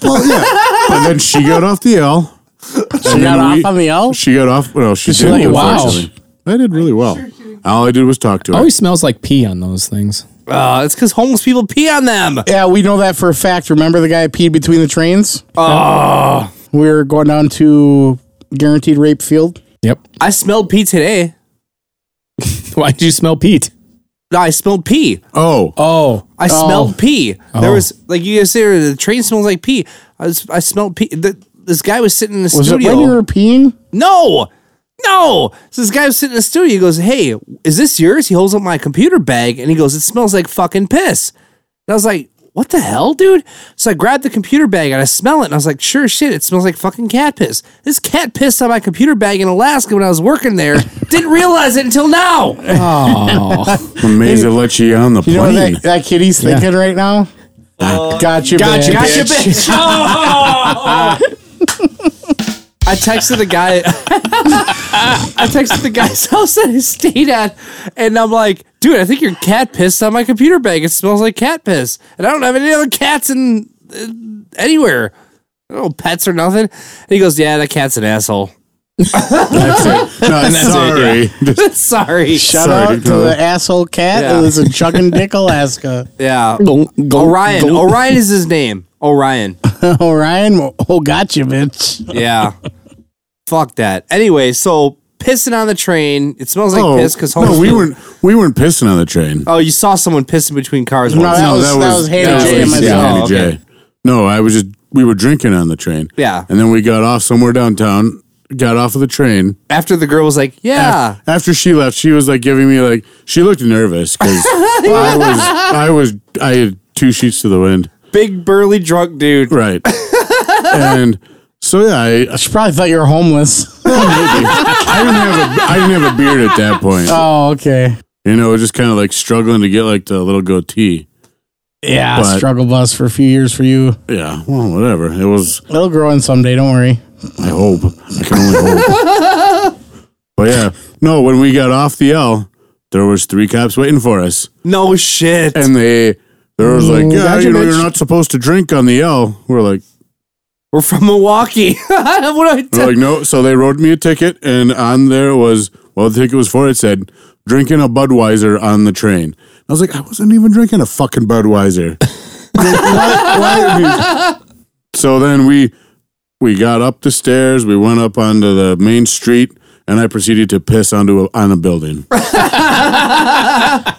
Speaker 4: well, yeah. But then she got off the L.
Speaker 1: She got off on the L.
Speaker 4: She got off. Well, she
Speaker 1: she
Speaker 4: did.
Speaker 1: like,
Speaker 4: not
Speaker 3: wow.
Speaker 4: unfortunately. I did really well. All I did was talk to her.
Speaker 3: Always smells like pee on those things.
Speaker 2: Uh, it's because homeless people pee on them.
Speaker 1: Yeah, we know that for a fact. Remember the guy that peed between the trains? Oh. We were going down to Guaranteed Rape Field.
Speaker 3: Yep.
Speaker 2: I smelled pee today.
Speaker 3: Why did you smell Pete?
Speaker 2: No, I smelled pee.
Speaker 4: oh,
Speaker 3: Oh,
Speaker 2: I smelled pee. There
Speaker 3: Oh.
Speaker 2: was like you guys say the train smells like pee. I was, I smelled pee. The, this guy was sitting in the
Speaker 1: Was
Speaker 2: studio.
Speaker 1: it when you were peeing?
Speaker 2: no, no. So this guy was sitting in the studio. He goes, "Hey, is this yours?" He holds up my computer bag and he goes, "It smells like fucking piss." And I was like, "What the hell, dude?" So I grabbed the computer bag and I smell it and I was like, "Sure, shit, it smells like fucking cat piss." This cat pissed on my computer bag in Alaska when I was working there. Didn't realize it until now.
Speaker 4: amazed to let you on the
Speaker 1: You know what
Speaker 4: plane.
Speaker 1: that, that kid he's thinking right now? Gotcha,
Speaker 3: gotcha,
Speaker 1: bitch.
Speaker 2: Gotcha, bitch. Oh. I texted the guy. I texted the guy's house that I stayed at, and I'm like, dude, I think your cat pissed on my computer bag. It smells like cat piss, and I don't have any other cats in uh, anywhere. No pets or nothing. And he goes, yeah, that cat's an asshole.
Speaker 4: No, sorry.
Speaker 2: Sorry.
Speaker 1: Shout
Speaker 4: Sorry,
Speaker 1: out
Speaker 4: dude.
Speaker 1: to the asshole cat
Speaker 2: Yeah.
Speaker 1: that lives in Chuck and Dick, Alaska.
Speaker 2: Yeah.
Speaker 3: go,
Speaker 2: Orion. Orion is his name. Orion.
Speaker 1: Orion, oh, gotcha, bitch.
Speaker 2: Yeah. Fuck that. Anyway, so pissing on the train. It smells like piss because
Speaker 4: Oh, no, we weren't. We weren't pissing on the train.
Speaker 2: Oh, you saw someone pissing between cars.
Speaker 1: No,
Speaker 2: once.
Speaker 1: Oh, that was- that was Hannah
Speaker 4: that
Speaker 1: J
Speaker 4: was-
Speaker 1: and myself.
Speaker 4: Hannah
Speaker 2: Oh, okay.
Speaker 4: J. No, I was just we were drinking on the train.
Speaker 2: Yeah.
Speaker 4: and then we got off somewhere downtown. Got off of the train.
Speaker 2: After the girl was like, "Yeah,
Speaker 1: Ah.
Speaker 4: Af- After she left, she was like giving me like she looked nervous because I was I was I had two sheets to the wind.
Speaker 2: big burly drunk dude."
Speaker 4: Right. and so yeah, I
Speaker 1: She probably thought you were homeless.
Speaker 4: I didn't have a I didn't have a beard at that point.
Speaker 1: Oh, okay.
Speaker 4: You know, just kind of like struggling to get like the little goatee.
Speaker 1: Yeah,
Speaker 4: But-
Speaker 1: Ah, struggle bus for a few years for you.
Speaker 4: Yeah, well, whatever. It was.
Speaker 1: It'll grow in someday. Don't worry.
Speaker 4: I hope. I can only hope. but yeah, no. When we got off the L, there was three cops waiting for us,
Speaker 2: No shit.
Speaker 4: and they there was like, yeah,
Speaker 1: Mm, gotcha,
Speaker 4: you know,
Speaker 1: bitch."
Speaker 4: you're not supposed to drink on the L. We're like,
Speaker 2: We're from Milwaukee. what do I
Speaker 4: we're
Speaker 2: do?
Speaker 4: like no. So they wrote me a ticket, and on there was well, the ticket was for it said drinking a Budweiser on the train. I was like, I wasn't even drinking a fucking Budweiser. So then we we got up the stairs, we went up onto the main street, and I proceeded to piss onto a, on a building. and I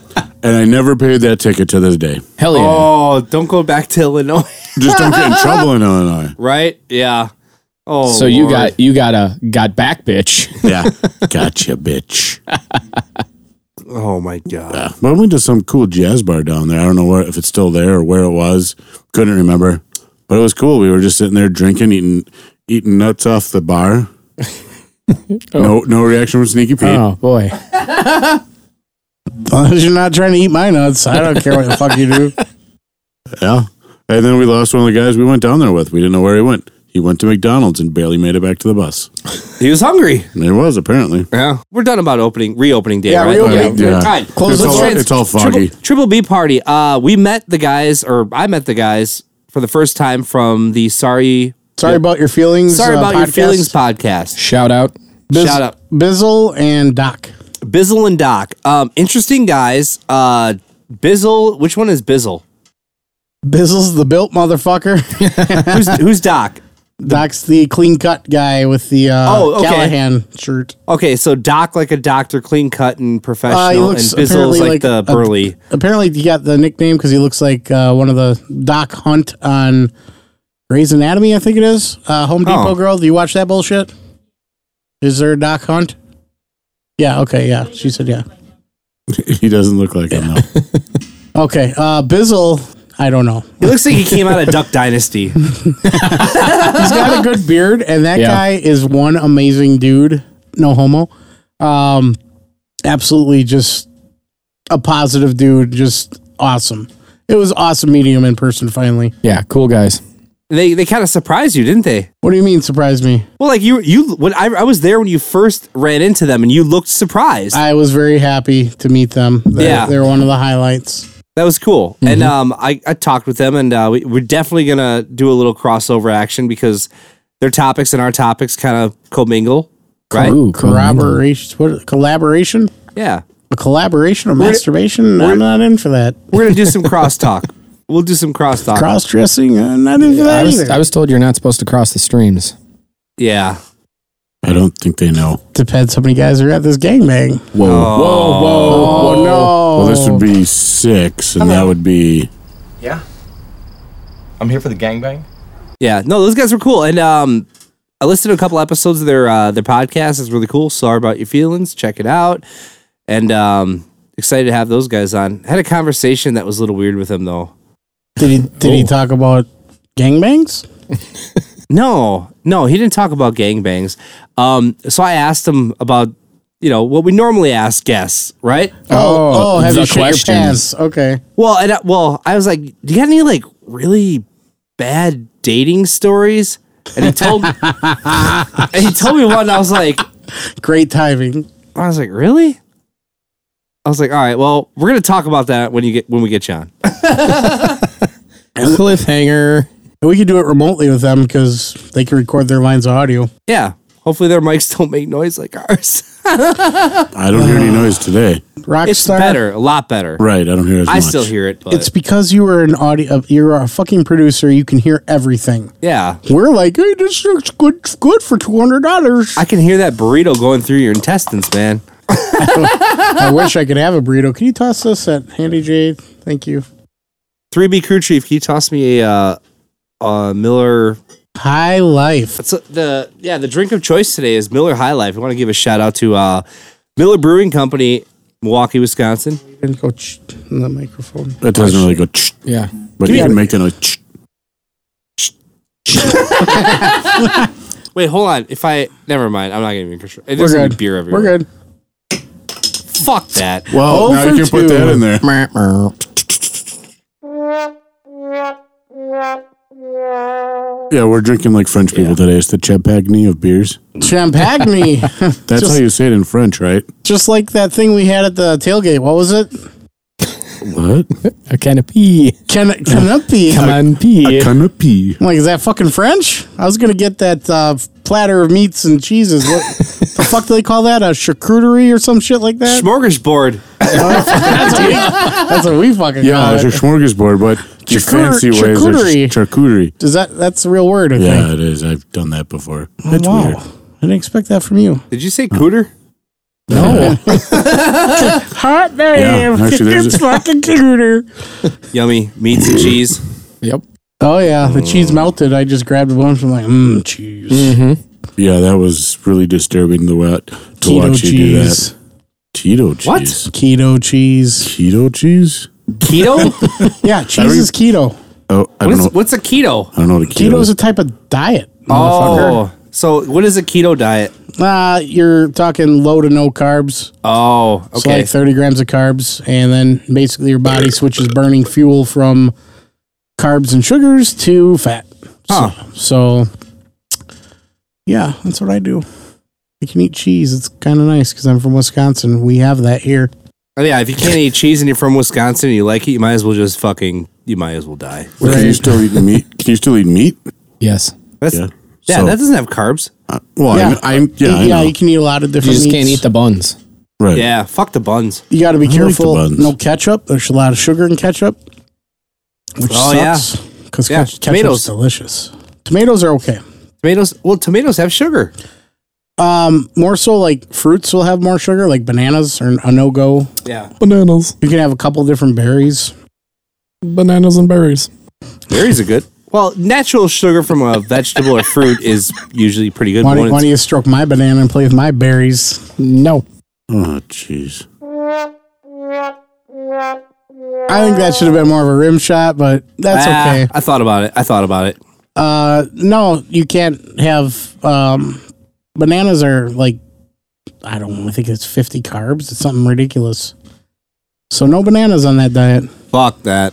Speaker 4: never paid that ticket to this day.
Speaker 3: Hell yeah.
Speaker 2: Oh, don't go back to Illinois,
Speaker 4: Just don't get in trouble in Illinois.
Speaker 2: right? Yeah. Oh,
Speaker 3: so you
Speaker 2: Lord.
Speaker 3: got you got a got back, bitch.
Speaker 4: Yeah, gotcha, bitch.
Speaker 2: Oh my god.
Speaker 4: But I went to some cool jazz bar down there. I don't know where, if it's still there or where it was. Couldn't remember, but it was cool. We were just sitting there drinking, eating eating nuts off the bar. No, no reaction from Sneaky Pete.
Speaker 3: Oh boy.
Speaker 1: As long as you're not trying to eat my nuts, I don't care what the fuck you do.
Speaker 4: Yeah. And then we lost one of the guys we went down there with. We didn't know where he went. He went to McDonald's and barely made it back to the bus.
Speaker 2: He was hungry.
Speaker 4: And it was apparently.
Speaker 2: Yeah, we're done about opening reopening day.
Speaker 1: Yeah,
Speaker 2: right?
Speaker 1: reopening.
Speaker 4: Yeah.
Speaker 2: All right.
Speaker 1: Close
Speaker 4: It's
Speaker 1: the
Speaker 4: all-
Speaker 1: trans-
Speaker 4: it's all foggy.
Speaker 2: Triple, Triple B party. Uh, we met the guys, or I met the guys for the first time from the Sorry
Speaker 1: Sorry about your feelings.
Speaker 2: Sorry
Speaker 1: uh,
Speaker 2: about your
Speaker 1: podcast.
Speaker 2: feelings podcast.
Speaker 3: Shout out.
Speaker 1: Biz-
Speaker 2: Shout out
Speaker 1: Bizzle and Doc.
Speaker 2: Bizzle and Doc. Um, interesting guys. Uh, Bizzle. Which one is Bizzle?
Speaker 1: Bizzle's the built motherfucker.
Speaker 2: Who's who's Doc?
Speaker 1: Doc's the clean cut guy with the uh,
Speaker 2: Oh, okay.
Speaker 1: Callahan shirt.
Speaker 2: Okay, so Doc like a doctor, clean cut and professional,
Speaker 1: Uh, he looks
Speaker 2: and Bizzle's
Speaker 1: apparently
Speaker 2: like,
Speaker 1: like
Speaker 2: the
Speaker 1: a-
Speaker 2: burly.
Speaker 1: Apparently, he got the nickname because he looks like uh, one of the Doc Hunt on Grey's Anatomy, I think it is. Uh, Home Depot
Speaker 2: Oh.
Speaker 1: girl, do you watch that bullshit? Is there a Doc Hunt? Yeah, okay, yeah. She said, yeah.
Speaker 4: He doesn't look like him. No.
Speaker 1: Okay, uh, Bizzle, I don't know.
Speaker 2: He looks like he came out of Duck Dynasty.
Speaker 1: He's got a good beard, and that
Speaker 3: Yeah.
Speaker 1: guy is one amazing dude. No homo. Um, absolutely just a positive dude. Just awesome. It was awesome meeting him in person finally.
Speaker 3: Yeah, cool guys.
Speaker 2: They they kind of surprised you, didn't they?
Speaker 1: What do you mean surprised me?
Speaker 2: Well, like you you when I, I was there when you first ran into them and you looked surprised.
Speaker 1: I was very happy to meet them. They're,
Speaker 2: Yeah.
Speaker 1: they're one of the highlights.
Speaker 2: That was cool. And
Speaker 1: Mm-hmm.
Speaker 2: um, I, I talked with them, and uh, we, we're definitely going to do a little crossover action because their topics and our topics kind of commingle, right?
Speaker 3: Ooh, cool.
Speaker 1: Corroboration, what, collaboration,
Speaker 2: Yeah.
Speaker 1: a collaboration, a masturbation. I'm not in for that.
Speaker 2: We're going to do some crosstalk. We'll do some crosstalk.
Speaker 1: Cross dressing. I'm not in for that
Speaker 3: I was,
Speaker 1: either.
Speaker 3: I was told you're not supposed to cross the streams.
Speaker 2: yeah.
Speaker 4: I don't think they know.
Speaker 1: Depends how many guys are at this gangbang.
Speaker 4: Whoa.
Speaker 2: Oh.
Speaker 4: Whoa, whoa,
Speaker 1: Oh no!
Speaker 4: Well, this would be six, and that would be.
Speaker 6: Yeah. I'm here for the gangbang.
Speaker 2: Yeah. No, those guys were cool. And um, I listened to a couple episodes of their, uh, their podcast. It's really cool. Sorry about your feelings. Check it out. And um, excited to have those guys on. Had a conversation that was a little weird with them, though.
Speaker 1: Did he did
Speaker 3: Oh.
Speaker 1: he talk about gangbangs?
Speaker 2: No, no, he didn't talk about gangbangs. Um, so I asked him about, you know, what we normally ask guests, right?
Speaker 1: Oh, have
Speaker 3: the
Speaker 1: you shit
Speaker 3: questions.
Speaker 1: your pants? Okay.
Speaker 2: Well, and I, well, I was like, "Do you got any like really bad dating stories?" And he told, and he told me one. And I was like,
Speaker 1: Great timing.
Speaker 2: I was like, really? I was like, all right, well, we're gonna talk about that when you get when we get you on.
Speaker 3: Cliffhanger.
Speaker 1: And we could do it remotely with them because they can record their lines of audio.
Speaker 2: Yeah, hopefully their mics don't make noise like ours.
Speaker 4: I don't hear any noise today.
Speaker 1: Rockstar.
Speaker 2: It's better, a lot better.
Speaker 4: Right. I don't hear as much.
Speaker 2: I still hear it, but
Speaker 1: It's because you are an audio. You're a fucking producer. You can hear everything.
Speaker 2: yeah,
Speaker 1: We're like, hey, this looks good. Good for two hundred dollars.
Speaker 2: I can hear that burrito going through your intestines, man.
Speaker 1: I wish I could have a burrito. Can you toss this at Handy J? Thank you.
Speaker 2: 3B crew chief, can you toss me a uh, uh, Miller?
Speaker 1: High life.
Speaker 2: That's a- the yeah, the drink of choice today is Miller High Life. I want to give a shout out to uh, Miller Brewing Company, Milwaukee, Wisconsin.
Speaker 1: And go ch- in the microphone.
Speaker 4: That doesn't really go. Tch,
Speaker 3: Yeah.
Speaker 4: but you can make it a. Tch.
Speaker 2: Wait, hold on. If I never mind, I'm not gonna even control.
Speaker 1: We're
Speaker 2: There's gonna be
Speaker 1: good.
Speaker 2: beer everywhere.
Speaker 1: We're good.
Speaker 2: Fuck that.
Speaker 4: Well,
Speaker 1: Oh,
Speaker 4: now you
Speaker 1: for
Speaker 4: can
Speaker 1: two.
Speaker 4: put that in there. Yeah, we're drinking like French people today. It's the Champagne of beers.
Speaker 1: Champagne.
Speaker 4: That's how you say it in French, right?
Speaker 1: Just like that thing we had at the tailgate. What was it?
Speaker 4: What?
Speaker 3: A can of pee.
Speaker 1: Can can that be?
Speaker 3: Come
Speaker 1: I'm
Speaker 3: on, pee.
Speaker 4: Canopy.
Speaker 1: like, is that fucking French? I was gonna get that uh, platter of meats and cheeses. What the fuck do they call that? A charcuterie or some shit like that?
Speaker 2: Smorgasbord.
Speaker 1: That's what we, that's what we fucking
Speaker 4: Yeah,
Speaker 1: call
Speaker 4: it's a
Speaker 1: it.
Speaker 4: smorgasbord, but the
Speaker 1: Charcuter-
Speaker 4: fancy ways are
Speaker 1: charcuterie.
Speaker 4: charcuterie.
Speaker 1: Does that? That's the real word. I
Speaker 4: Yeah,
Speaker 1: think.
Speaker 4: it is. I've done that before. That's
Speaker 1: Oh, wow.
Speaker 4: weird.
Speaker 1: I didn't expect that from you.
Speaker 2: Did you say cooter?
Speaker 4: No.
Speaker 1: Hot damn!
Speaker 4: Yeah, actually, there's
Speaker 1: it's
Speaker 4: a-
Speaker 1: fucking cuter.
Speaker 2: Yummy meats and cheese.
Speaker 3: Yep.
Speaker 1: Oh yeah, the cheese melted. I just grabbed a bunch. I'm like, mmm, cheese.
Speaker 4: Mm-hmm. yeah, that was really disturbing the way, to
Speaker 1: Keto
Speaker 4: watch you do that.
Speaker 1: cheese.
Speaker 4: Keto cheese.
Speaker 2: What?
Speaker 1: Keto cheese.
Speaker 4: Keto cheese?
Speaker 2: Keto?
Speaker 1: Yeah, cheese is keto.
Speaker 4: Oh, I
Speaker 2: What
Speaker 4: don't know.
Speaker 2: is, what's a keto?
Speaker 4: I don't know what a keto,
Speaker 1: Keto is
Speaker 4: is.
Speaker 1: a type of diet.
Speaker 2: Oh, so what is a keto diet?
Speaker 1: Uh, you're talking low to no carbs.
Speaker 2: Oh,
Speaker 1: So
Speaker 2: okay.
Speaker 1: like 30 grams of carbs. And then basically your body switches burning fuel from carbs and sugars to fat.
Speaker 2: Huh.
Speaker 1: So, yeah, that's what I do. You can eat cheese. It's kind of nice because I'm from Wisconsin. We have that here.
Speaker 2: Oh, yeah, if you can't eat cheese and you're from Wisconsin and you like it, you might as well just fucking, you might as well die.
Speaker 4: Can you still eat meat? Can you still eat meat?
Speaker 3: Yes.
Speaker 2: That's, yeah,
Speaker 4: Yeah. So-
Speaker 2: that doesn't have carbs.
Speaker 4: Uh, well,
Speaker 1: Yeah.
Speaker 4: I, I'm yeah, I
Speaker 1: yeah,
Speaker 4: know.
Speaker 1: you can eat a lot of
Speaker 3: You
Speaker 1: different.
Speaker 3: just can't eat
Speaker 1: meats.
Speaker 3: the buns.
Speaker 4: right.
Speaker 2: Yeah, fuck the buns.
Speaker 1: You got to be
Speaker 4: like the
Speaker 1: careful.
Speaker 4: buns.
Speaker 1: no ketchup. There's a lot of sugar in ketchup, which
Speaker 2: Oh, yeah.
Speaker 1: sucks. Because
Speaker 2: Yeah,
Speaker 1: ketchup's
Speaker 2: tomatoes.
Speaker 1: delicious. Tomatoes are okay.
Speaker 2: Tomatoes, well, tomatoes have sugar.
Speaker 1: Um, more so like fruits will have more sugar. Like bananas are a no go.
Speaker 2: Yeah.
Speaker 7: Bananas.
Speaker 1: You can have a couple different berries.
Speaker 7: Bananas and berries.
Speaker 2: Berries are good. Well, natural sugar from a vegetable or fruit is usually pretty good.
Speaker 1: Why
Speaker 2: One,
Speaker 1: don't, why
Speaker 2: it's-
Speaker 1: don't you stroke my banana and play with my berries? No.
Speaker 4: Oh, jeez.
Speaker 1: I think that should have been more of a rim shot, but that's
Speaker 2: Ah,
Speaker 1: okay.
Speaker 2: I thought about it. I thought about it.
Speaker 1: Uh, no, you can't have um, bananas are like I don't know, I think it's fifty carbs. It's something ridiculous. So no bananas on that diet.
Speaker 2: Fuck that.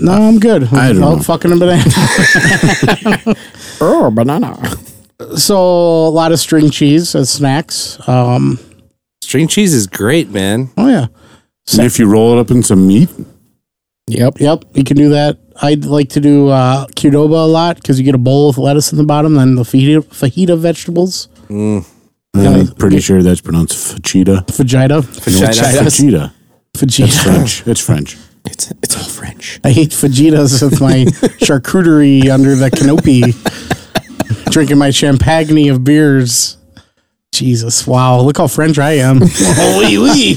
Speaker 1: No, I'm good.
Speaker 4: I don't
Speaker 1: I'll
Speaker 4: know.
Speaker 1: fucking a banana.
Speaker 3: Oh, banana.
Speaker 1: so a lot of string cheese as snacks. Um,
Speaker 2: String cheese is great, man.
Speaker 1: oh yeah,
Speaker 4: And if you roll it up in some meat,
Speaker 3: Yep.
Speaker 1: yep, you can do that. I'd like to do uh, Qdoba a lot because you get a bowl of lettuce in the bottom, then the fajita, fajita vegetables,
Speaker 4: I'm pretty sure that's pronounced fajita.
Speaker 1: fajita,
Speaker 2: Fajita.
Speaker 4: Fajita. It's
Speaker 1: fajita.
Speaker 4: French. It's French.
Speaker 3: It's it's all French.
Speaker 1: I ate fajitas with my charcuterie under the canopy, drinking my champagne of beers. Jesus, wow, look how French I am. Holy wee.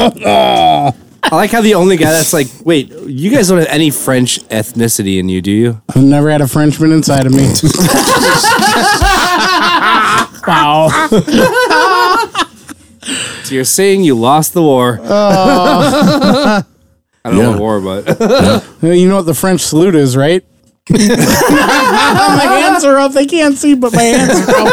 Speaker 2: I like how the only guy that's like, wait, you guys don't have any French ethnicity in you, do you?
Speaker 1: I've never had a Frenchman inside of me. wow.
Speaker 2: So you're saying you lost the war. I don't know
Speaker 4: Yeah.
Speaker 2: what war, but
Speaker 1: You know what the French salute is, right? my hands are up. They can't see, but my hands are up.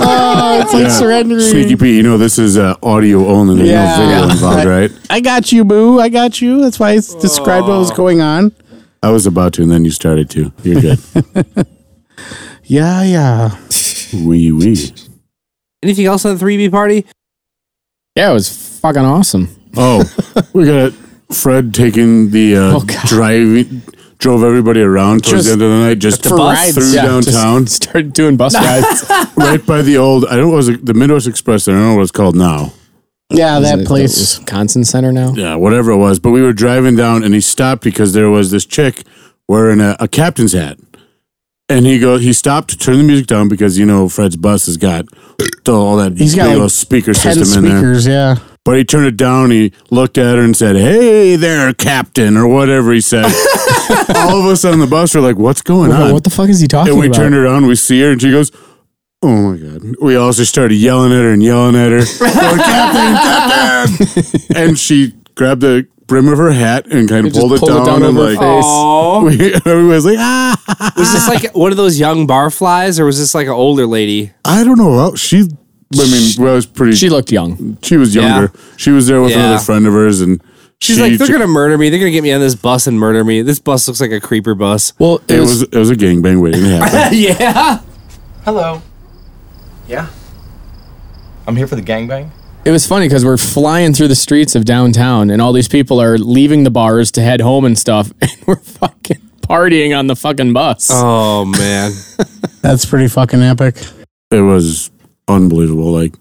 Speaker 1: Oh, it's like
Speaker 4: Yeah.
Speaker 1: surrendering.
Speaker 4: Sneaky Pete, you know this is uh, audio only. There's
Speaker 1: Yeah.
Speaker 4: no video
Speaker 1: Yeah.
Speaker 4: involved, right?
Speaker 1: I got you, boo. I got you. That's why I s- described what was going on.
Speaker 4: I was about to, and then you started to. You're good.
Speaker 1: Yeah, yeah.
Speaker 4: Wee wee.
Speaker 2: anything else on the 3B party?
Speaker 3: Yeah, it was fucking awesome.
Speaker 4: Oh, we got Fred taking the uh,
Speaker 3: Oh, God.
Speaker 4: driving, drove everybody around towards the
Speaker 1: Just-
Speaker 4: end of the night just
Speaker 2: the bus?
Speaker 4: through downtown,
Speaker 3: Just started doing bus rides.
Speaker 4: right by the old. I don't know, was it the Midwest Express. I don't know what it's called now.
Speaker 1: Yeah,
Speaker 3: Is
Speaker 1: that
Speaker 3: it the
Speaker 1: place.
Speaker 3: Wisconsin Center now.
Speaker 4: Yeah, uh, whatever it was. But we were driving down, and he stopped because there was this chick wearing a, a captain's hat. And he goes, he stopped to turn the music down because you know Fred's bus has got all that
Speaker 1: He's got,
Speaker 4: big
Speaker 1: like,
Speaker 4: old speaker
Speaker 1: 10
Speaker 4: system in there.
Speaker 1: speakers, yeah.
Speaker 4: But he turned it down. He looked at her and said, "Hey there, Captain," or whatever he said. All of us on the bus were like, "What's going
Speaker 3: What,
Speaker 4: on?"
Speaker 3: what the fuck is he talking
Speaker 4: and we
Speaker 3: about?
Speaker 4: turned around. We see her, and she goes, "Oh my god!" We all just started yelling at her and yelling at her. We're like, Captain, Captain! and she grabbed the brim of her hat and kind of
Speaker 3: Just
Speaker 4: pulled it
Speaker 3: pulled
Speaker 4: down, and
Speaker 3: over her
Speaker 4: like.
Speaker 3: face.
Speaker 2: Oh,
Speaker 4: We, everybody was like, ah,
Speaker 2: was this like one of those young barflies, or was this like an older lady?
Speaker 4: I don't know. Well, she, I mean, well, it was pretty.
Speaker 3: She
Speaker 4: She,
Speaker 3: looked young.
Speaker 4: was younger. She was there with
Speaker 2: Yeah.
Speaker 4: another friend of hers, and
Speaker 2: She's
Speaker 4: she-
Speaker 2: like, they're gonna murder me. They're gonna get me on this bus and murder me. This bus looks like a creeper bus.
Speaker 3: Well,
Speaker 4: It was it was a gangbang waiting to happen.
Speaker 2: yeah.
Speaker 6: Hello. Yeah. I'm here for the gangbang.
Speaker 3: It was funny because we're flying through the streets of downtown, and all these people are leaving the bars to head home and stuff, and we're fucking partying on the fucking bus.
Speaker 2: Oh man.
Speaker 1: That's pretty fucking epic.
Speaker 4: it was unbelievable. Like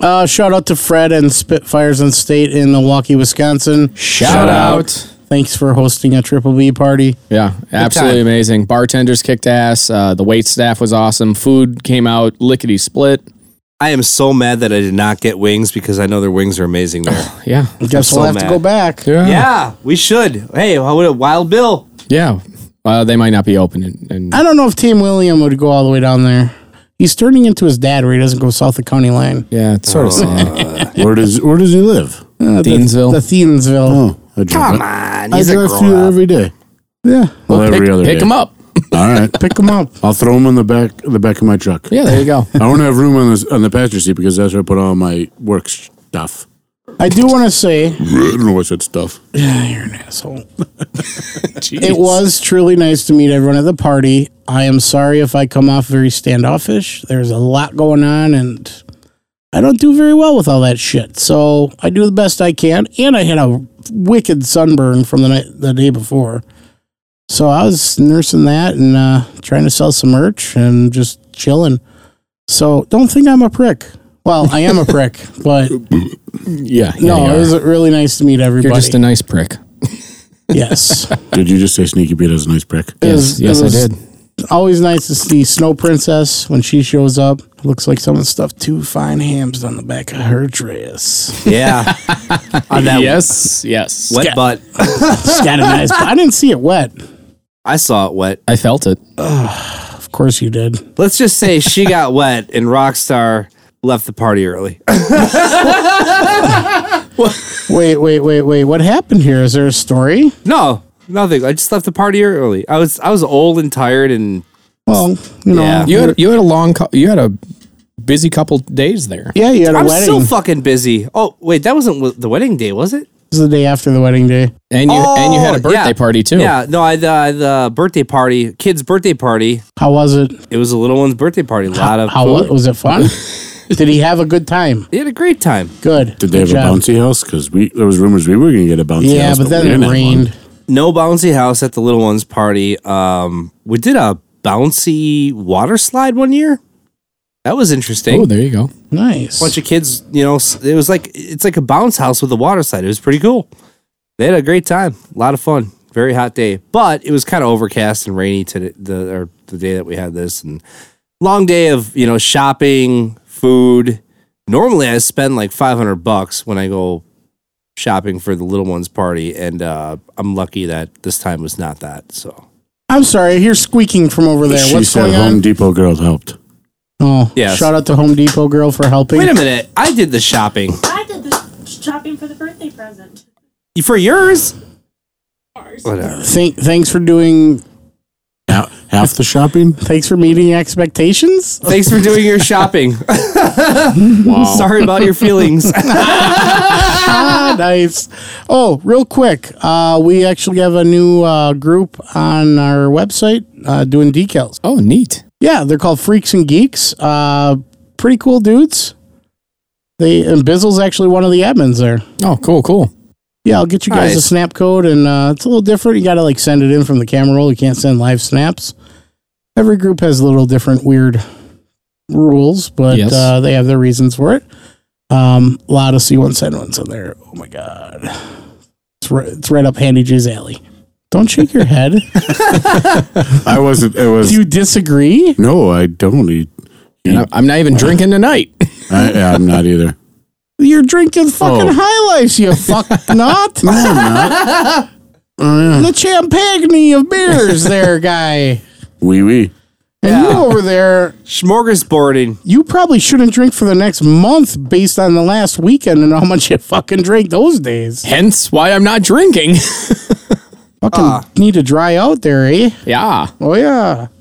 Speaker 1: Uh, shout out to Fred and Spitfires and State in Milwaukee, Wisconsin.
Speaker 3: Shout out!
Speaker 1: Thanks for hosting a Triple B party.
Speaker 3: Yeah, absolutely
Speaker 2: time.
Speaker 3: amazing. Bartenders kicked ass. Uh, the wait staff was awesome. Food came out lickety split.
Speaker 2: I am so mad that I did not get wings because I know their wings are amazing there.
Speaker 3: Yeah,
Speaker 1: Guess
Speaker 2: so
Speaker 1: we'll have to
Speaker 2: mad.
Speaker 1: go back.
Speaker 2: yeah, we should. Hey, how would a Wild Bill?
Speaker 3: yeah. Uh, they might not be open, and, and
Speaker 1: I don't know if Team William would go all the way down there. He's turning into his dad where he doesn't go south of county line.
Speaker 3: yeah, it's sort of sad.
Speaker 4: where does where does he live?
Speaker 3: Uh, Deansville.
Speaker 1: The Thiensville.
Speaker 4: Oh, I drive, Come
Speaker 2: Man,
Speaker 4: I
Speaker 2: he's a
Speaker 4: drive
Speaker 2: grown
Speaker 4: through
Speaker 2: up.
Speaker 4: there every day.
Speaker 1: Yeah.
Speaker 4: Well, every
Speaker 3: pick
Speaker 4: other
Speaker 3: pick
Speaker 4: day.
Speaker 3: them up.
Speaker 4: All right,
Speaker 1: Pick him up.
Speaker 4: I'll throw them in the back the back of my truck.
Speaker 3: Yeah, there you go.
Speaker 4: I want to have room on the on the passenger seat because that's where I put all my work stuff.
Speaker 1: I do want to say
Speaker 4: I don't know what's that stuff.
Speaker 1: asshole. it was truly nice to meet everyone at the party. I am sorry if I come off very standoffish. There's a lot going on, and I don't do very well with all that shit. So I do the best I can, and I had a wicked sunburn from the night the day before. So I was nursing that and uh, trying to sell some merch and just chilling. So don't think I'm a prick. Well, I am a prick, but
Speaker 3: Yeah. yeah
Speaker 1: no,
Speaker 3: you
Speaker 1: it
Speaker 3: are.
Speaker 1: was really nice to meet everybody.
Speaker 3: You're just a nice prick.
Speaker 1: yes.
Speaker 4: Did you just say Sneaky Pete is a nice prick?
Speaker 1: It
Speaker 3: Yes,
Speaker 1: was-
Speaker 3: yes,
Speaker 1: it was
Speaker 3: I did.
Speaker 1: Always nice to see Snow Princess when she shows up. Looks like someone stuffed two fine hams on the back of her dress.
Speaker 2: Yeah. On that
Speaker 3: yes, yes.
Speaker 2: wet butt.
Speaker 1: It's got a nice. I didn't see it wet.
Speaker 2: I saw it wet.
Speaker 3: I felt it.
Speaker 1: Of course you did.
Speaker 2: Let's just say she got wet and Rockstar left the party early.
Speaker 1: Wait, wait, wait, wait. What happened here? Is there a story?
Speaker 2: no, nothing. I just left the party early. I was I was old and tired and
Speaker 1: Well, you know.
Speaker 2: Yeah.
Speaker 3: You had you had a long cou- you had a busy couple days there.
Speaker 1: yeah, you had a
Speaker 2: I'm
Speaker 1: wedding.
Speaker 2: still fucking busy. Oh wait, that wasn't w- the wedding day, was it?
Speaker 1: it was the day after the wedding day.
Speaker 3: And you and you had a
Speaker 2: Oh,
Speaker 3: birthday
Speaker 2: yeah.
Speaker 3: party too.
Speaker 2: Yeah, no, I the, the birthday party, kids' birthday party.
Speaker 1: How was it?
Speaker 2: It was a little one's birthday party. A lot of
Speaker 1: How
Speaker 2: food.
Speaker 1: was it fun? did he have a good time?
Speaker 2: They had a great time.
Speaker 1: Good.
Speaker 4: Did they have
Speaker 1: Good
Speaker 4: a
Speaker 1: job.
Speaker 4: bouncy house? Because we there was rumors we were going to get a bouncy
Speaker 1: Yeah,
Speaker 4: house.
Speaker 1: but
Speaker 4: we
Speaker 1: then
Speaker 4: didn't
Speaker 1: it
Speaker 4: have
Speaker 1: rained.
Speaker 4: one.
Speaker 2: No bouncy house at the little one's party. Um, we did a bouncy water slide one year. That was interesting.
Speaker 3: Oh, there you go.
Speaker 1: Nice.
Speaker 2: bunch of kids, you know, s- it was like it's like a bounce house with a water slide. It was pretty cool. They had a great time, a lot of fun, very hot day, but it was kind of overcast and rainy today, the or the day that we had this and long day of you know shopping, food. Normally, I spend like five hundred bucks when I go shopping for the little ones' party, and uh, I'm lucky that this time was not that. So
Speaker 1: I'm sorry. I hear squeaking from over there.
Speaker 4: She
Speaker 1: What's
Speaker 4: said
Speaker 1: going
Speaker 4: Home
Speaker 1: on?
Speaker 4: Depot girls helped.
Speaker 1: Oh,
Speaker 2: Yes.
Speaker 1: shout out to Home Depot girl for helping.
Speaker 2: wait a minute, I did the shopping
Speaker 8: I did the shopping for the birthday present.
Speaker 2: for yours.
Speaker 8: Ours.
Speaker 2: Whatever.
Speaker 1: Thank, thanks for doing.
Speaker 4: Ha- Half the shopping.
Speaker 1: Thanks for meeting expectations.
Speaker 2: Thanks for doing your shopping. Sorry about your feelings.
Speaker 1: ah, nice. Oh, real quick, uh, we actually have a new uh, group on our website uh, doing decals.
Speaker 3: Oh, neat.
Speaker 1: Yeah, they're called Freaks and Geeks. Uh, pretty cool dudes. They and Bizzle's actually one of the admins there.
Speaker 3: Oh, cool, cool.
Speaker 1: Yeah, I'll get you guys a
Speaker 2: Nice.
Speaker 1: snap code, and uh, it's a little different. You got to like send it in from the camera roll. You can't send live snaps. Every group has a little different weird rules, but
Speaker 3: Yes.
Speaker 1: uh, they have their reasons for it. Um, a lot of C1 send ones in there. Oh my god, it's right, it's right up Handy J's alley. Don't shake your head.
Speaker 4: I wasn't. It was
Speaker 1: Do you disagree?
Speaker 4: no. I don't eat.
Speaker 3: And I, I'm not even drinking tonight.
Speaker 4: I, yeah, I'm not either.
Speaker 1: You're drinking fucking
Speaker 4: Oh.
Speaker 1: high lifes, you fuck not. The champagne of beers, there, guy.
Speaker 4: Wee wee.
Speaker 1: And you over there
Speaker 2: Smorgasbording.
Speaker 1: you probably shouldn't drink for the next month based on the last weekend and how much you fucking drank those days.
Speaker 3: Hence why I'm not drinking.
Speaker 1: Fucking
Speaker 3: Ah.
Speaker 1: need to dry out there, eh?
Speaker 3: yeah.
Speaker 1: Oh yeah.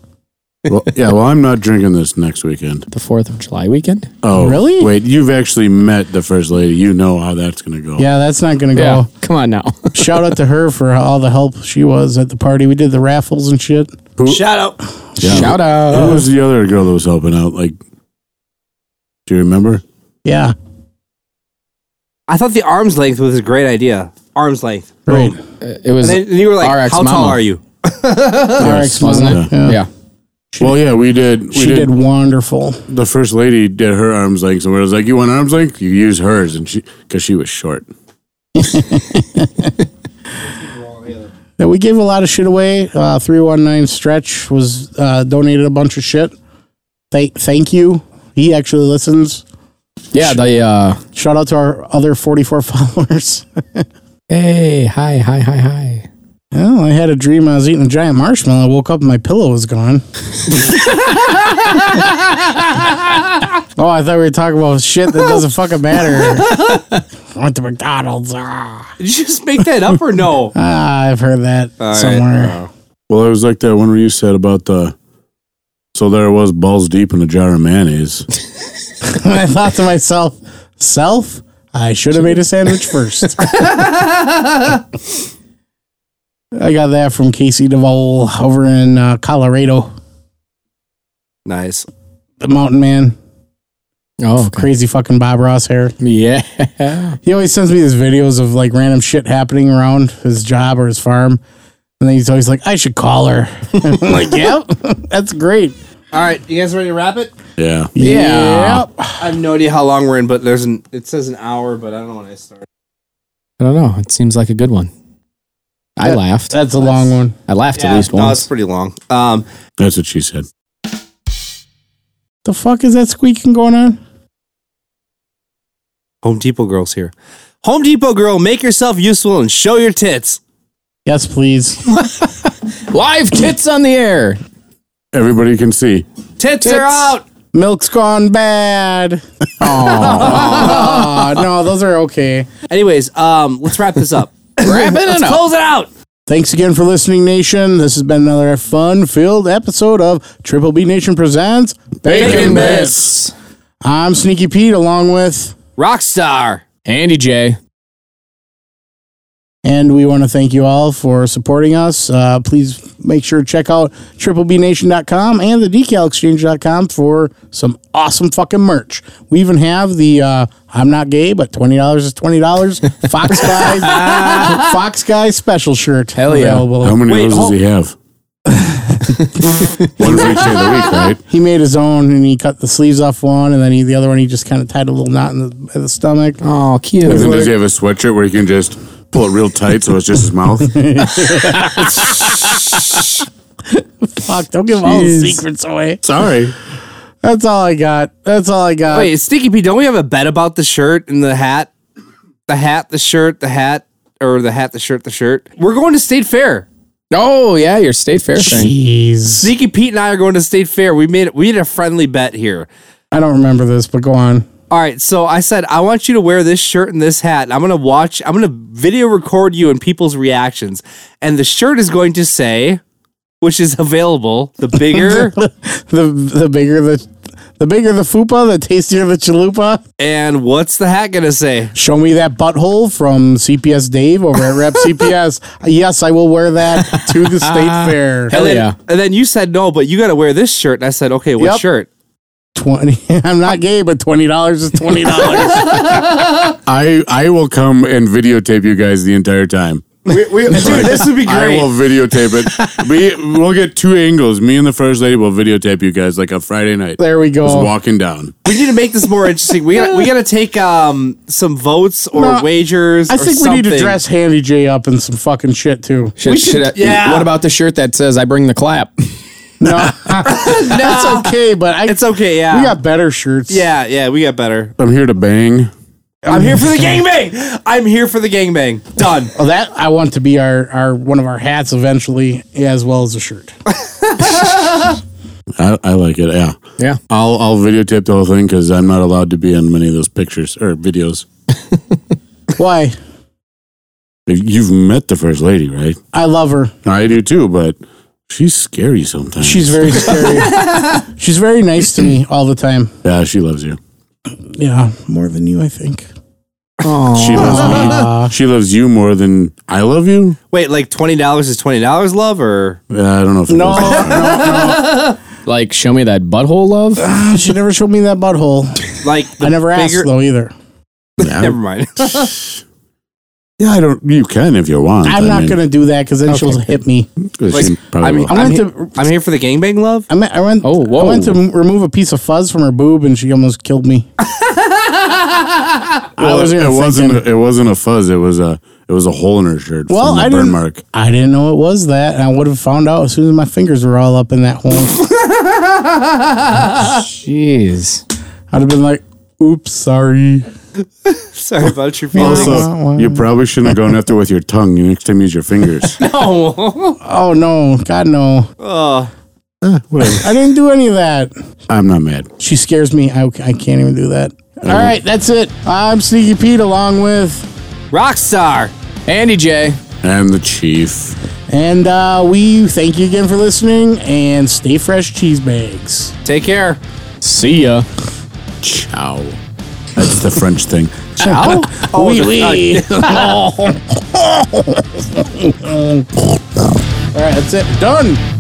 Speaker 4: Well, yeah. Well, I'm not drinking this next weekend.
Speaker 3: The 4th of July weekend?
Speaker 4: Oh,
Speaker 1: Really?
Speaker 4: Wait, you've actually met the first lady. You know how that's gonna go.
Speaker 1: Yeah, that's not gonna
Speaker 3: Yeah.
Speaker 1: go.
Speaker 3: Come on now.
Speaker 1: Shout out to her for all the help she was at the party. We did the raffles and shit.
Speaker 2: Shout out.
Speaker 3: Shout out.
Speaker 4: Who was the other girl that was helping out? Like, do you remember?
Speaker 1: Yeah.
Speaker 3: Oh.
Speaker 2: I thought the arm's length was a great idea. Arm's length.
Speaker 1: Right.
Speaker 3: It was
Speaker 2: And then and you were like,
Speaker 3: RX
Speaker 2: how tall
Speaker 3: Mama.
Speaker 2: are you?
Speaker 1: RX
Speaker 3: wasn't
Speaker 1: Mama,
Speaker 3: it? Yeah.
Speaker 4: Well, yeah, we did. We
Speaker 1: She did wonderful.
Speaker 4: The first lady did her arms length, and we was like, "You want arms length? You use hers." And she, because she was short.
Speaker 1: Yeah, we gave a lot of shit away. Uh, 319 Stretch was uh, donated a bunch of shit. Thank, thank you. He actually listens.
Speaker 3: Yeah, the uh
Speaker 1: Shout out to our other 44 followers.
Speaker 3: Hey, hi, hi, hi, hi.
Speaker 1: Well, I had a dream I was eating a giant marshmallow. I woke up and my pillow was gone. oh, I thought we were talking about shit that doesn't fucking matter. I went to McDonald's. Ah,
Speaker 2: Did you just make that up or no?
Speaker 1: Ah, I've heard that
Speaker 2: right.
Speaker 1: somewhere.
Speaker 4: Well, it was like that one where you said about the. So there it was balls deep in a jar of mayonnaise.
Speaker 1: I thought to myself, self, I should have made a sandwich first. I got that from Casey Duvall over in uh, Colorado,
Speaker 2: Nice.
Speaker 1: the mountain man.
Speaker 3: Oh, okay.
Speaker 1: Crazy fucking Bob Ross hair.
Speaker 3: yeah.
Speaker 1: He always sends me these videos of like random shit happening around his job or his farm. And then he's always like, I should call her. I'm like, yep, that's great.
Speaker 2: All right, you guys ready to wrap it?
Speaker 4: Yeah.
Speaker 3: Yeah.
Speaker 1: Yep.
Speaker 2: I have no idea how long we're in, but there's an it says an hour, but I don't know when I start.
Speaker 3: I don't know. It seems like a good one. I laughed.
Speaker 1: That's a long one.
Speaker 3: I laughed at
Speaker 2: Yeah,
Speaker 3: least
Speaker 2: no,
Speaker 3: once.
Speaker 2: it's pretty long. Um,
Speaker 4: That's what she said.
Speaker 1: The fuck is that squeaking going on?
Speaker 2: Home Depot girls here. Home Depot girl, make yourself useful and show your tits.
Speaker 1: Yes, please.
Speaker 3: Live tits on the air.
Speaker 4: Everybody can see.
Speaker 2: Tits, are out.
Speaker 1: Milk's gone bad. Oh, no, those are okay.
Speaker 2: Anyways, um, let's wrap this up.
Speaker 3: Wrap it
Speaker 2: let's
Speaker 3: up.
Speaker 2: close it out.
Speaker 1: Thanks again for listening, Nation. This has been another fun filled episode of Triple B Nation Presents
Speaker 3: Bacon
Speaker 1: Bits. I'm Sneaky Pete along with,
Speaker 2: Rockstar.
Speaker 3: Andy J.
Speaker 1: and we want to thank you all for supporting us. Uh, please make sure to check out triplebnation.com and the decalexchange.com for some awesome fucking merch. We even have the uh, I'm not gay, but $20 is $20 Fox Guy, Fox Guy special shirt.
Speaker 3: Hell yeah.
Speaker 4: How many
Speaker 2: Wait,
Speaker 4: of those
Speaker 2: hold-
Speaker 4: does he have? One for each day of the week, right?
Speaker 1: he made his own and he cut the sleeves off one and then he, the other one he just kind of tied a little knot in the, in the stomach
Speaker 3: Oh, cute.
Speaker 4: And then does he have a sweatshirt where he can just pull it real tight so it's just his mouth?
Speaker 1: fuck don't give all the secrets away
Speaker 4: Sorry.
Speaker 1: that's all i got that's all i got
Speaker 2: Wait, Sneaky Pete, don't we have a bet about the shirt and the hat? The hat, the shirt, the hat, or the hat, the shirt, the shirt. We're going to State Fair.
Speaker 3: Oh, yeah, your state fair thing.
Speaker 1: jeez
Speaker 2: Sneaky Pete and I are going to State Fair. We made we had a friendly bet here.
Speaker 1: i don't remember this but go on
Speaker 2: All right, so I said I want you to wear this shirt and this hat. And I'm gonna watch. I'm gonna video record you and people's reactions. And the shirt is going to say, which is available. The bigger
Speaker 1: the the bigger the the bigger the fupa the tastier the chalupa
Speaker 2: and what's the hat gonna say?
Speaker 1: show me that butthole from cps dave over at rep cps yes i will wear that to the state fair
Speaker 2: and
Speaker 3: Hell
Speaker 2: then,
Speaker 3: yeah.
Speaker 2: And then you said no, but you gotta wear this shirt. And I said, okay, what
Speaker 1: Yep.
Speaker 2: shirt?
Speaker 1: 20 i'm not gay but $20 is $20
Speaker 4: I I will come and videotape you guys the entire time.
Speaker 2: Dude, this would be
Speaker 4: I
Speaker 2: great.
Speaker 4: will videotape it. we we'll get two angles. Me and the first lady will videotape you guys like a Friday night.
Speaker 1: there we
Speaker 4: Just
Speaker 1: go
Speaker 4: walking down.
Speaker 2: We need to make this more interesting. We gotta, we gotta take um some votes or
Speaker 1: No,
Speaker 2: wagers.
Speaker 1: I
Speaker 2: or
Speaker 1: think we need to
Speaker 2: something.
Speaker 1: dress Handy J up in some fucking shit too.
Speaker 3: Should,
Speaker 2: We should-
Speaker 3: should I-
Speaker 2: yeah.
Speaker 3: What about the shirt that says I bring the clap?
Speaker 1: No, that's okay, but I,
Speaker 2: It's okay. Yeah.
Speaker 1: we got better shirts.
Speaker 2: yeah, yeah, we got better.
Speaker 4: I'm here to bang.
Speaker 2: I'm here for the gangbang. I'm here for the gangbang. Done.
Speaker 1: Well, that I want to be our, our one of our hats eventually, as well as a shirt.
Speaker 4: I, I like it. Yeah.
Speaker 3: Yeah.
Speaker 4: I'll I'll videotape the whole thing because I'm not allowed to be in many of those pictures or videos.
Speaker 1: Why?
Speaker 4: You've met the first lady, right?
Speaker 1: I love her.
Speaker 4: I do too, but she's scary sometimes.
Speaker 1: She's very scary. She's very nice to me all the time.
Speaker 4: yeah, she loves you.
Speaker 1: Yeah, more than you, I think. Uh,
Speaker 4: She loves me. She loves you more than I love you.
Speaker 2: Wait, like twenty dollars is twenty dollars, love, or
Speaker 4: Yeah, I don't know if it
Speaker 1: No,
Speaker 4: was-
Speaker 1: no,
Speaker 3: Like, show me that butthole love?
Speaker 1: no. She never showed me that butthole.
Speaker 2: like the
Speaker 1: I never asked
Speaker 2: bigger-
Speaker 1: though either.
Speaker 2: Never mind.
Speaker 4: Yeah, I don't. You can if you want.
Speaker 1: I'm
Speaker 4: I
Speaker 1: not
Speaker 4: mean,
Speaker 1: gonna do that because then she'll hit me.
Speaker 4: she
Speaker 2: like,
Speaker 4: probably
Speaker 2: I mean,
Speaker 4: will.
Speaker 1: I went
Speaker 2: I'm, he-
Speaker 1: to
Speaker 2: I'm here for the gangbang, love.
Speaker 1: I went, I went.
Speaker 3: Oh, whoa.
Speaker 1: I went to m- remove a piece of fuzz from her boob, and she almost killed me. I
Speaker 4: Well,
Speaker 1: was
Speaker 4: it
Speaker 1: even
Speaker 4: wasn't.
Speaker 1: thinking-
Speaker 4: A, it wasn't a fuzz. It was a. It was a hole in her shirt.
Speaker 1: Well,
Speaker 4: from the
Speaker 1: I
Speaker 4: burn
Speaker 1: didn't-
Speaker 4: mark.
Speaker 1: I didn't know it was that, and I would have found out as soon as my fingers were all up in that hole.
Speaker 3: Jeez.
Speaker 1: I'd have been like, "Oops, sorry."
Speaker 2: Sorry about your feelings.
Speaker 4: Also, you probably shouldn't have gone after with your tongue. You next time use your fingers.
Speaker 1: Oh no, God no! I didn't do any of that.
Speaker 4: I'm not mad.
Speaker 1: She scares me. I, I can't even do that. All right, that's it. I'm Sneaky Pete, along with,
Speaker 2: Rockstar.
Speaker 3: Andy J.
Speaker 4: And the chief.
Speaker 1: and uh, we thank you again for listening. And stay fresh, cheese bags.
Speaker 2: Take care.
Speaker 3: See ya.
Speaker 4: Ciao. That's the French thing.
Speaker 3: Ow.
Speaker 2: Oh, the-
Speaker 1: All right, that's it. Done.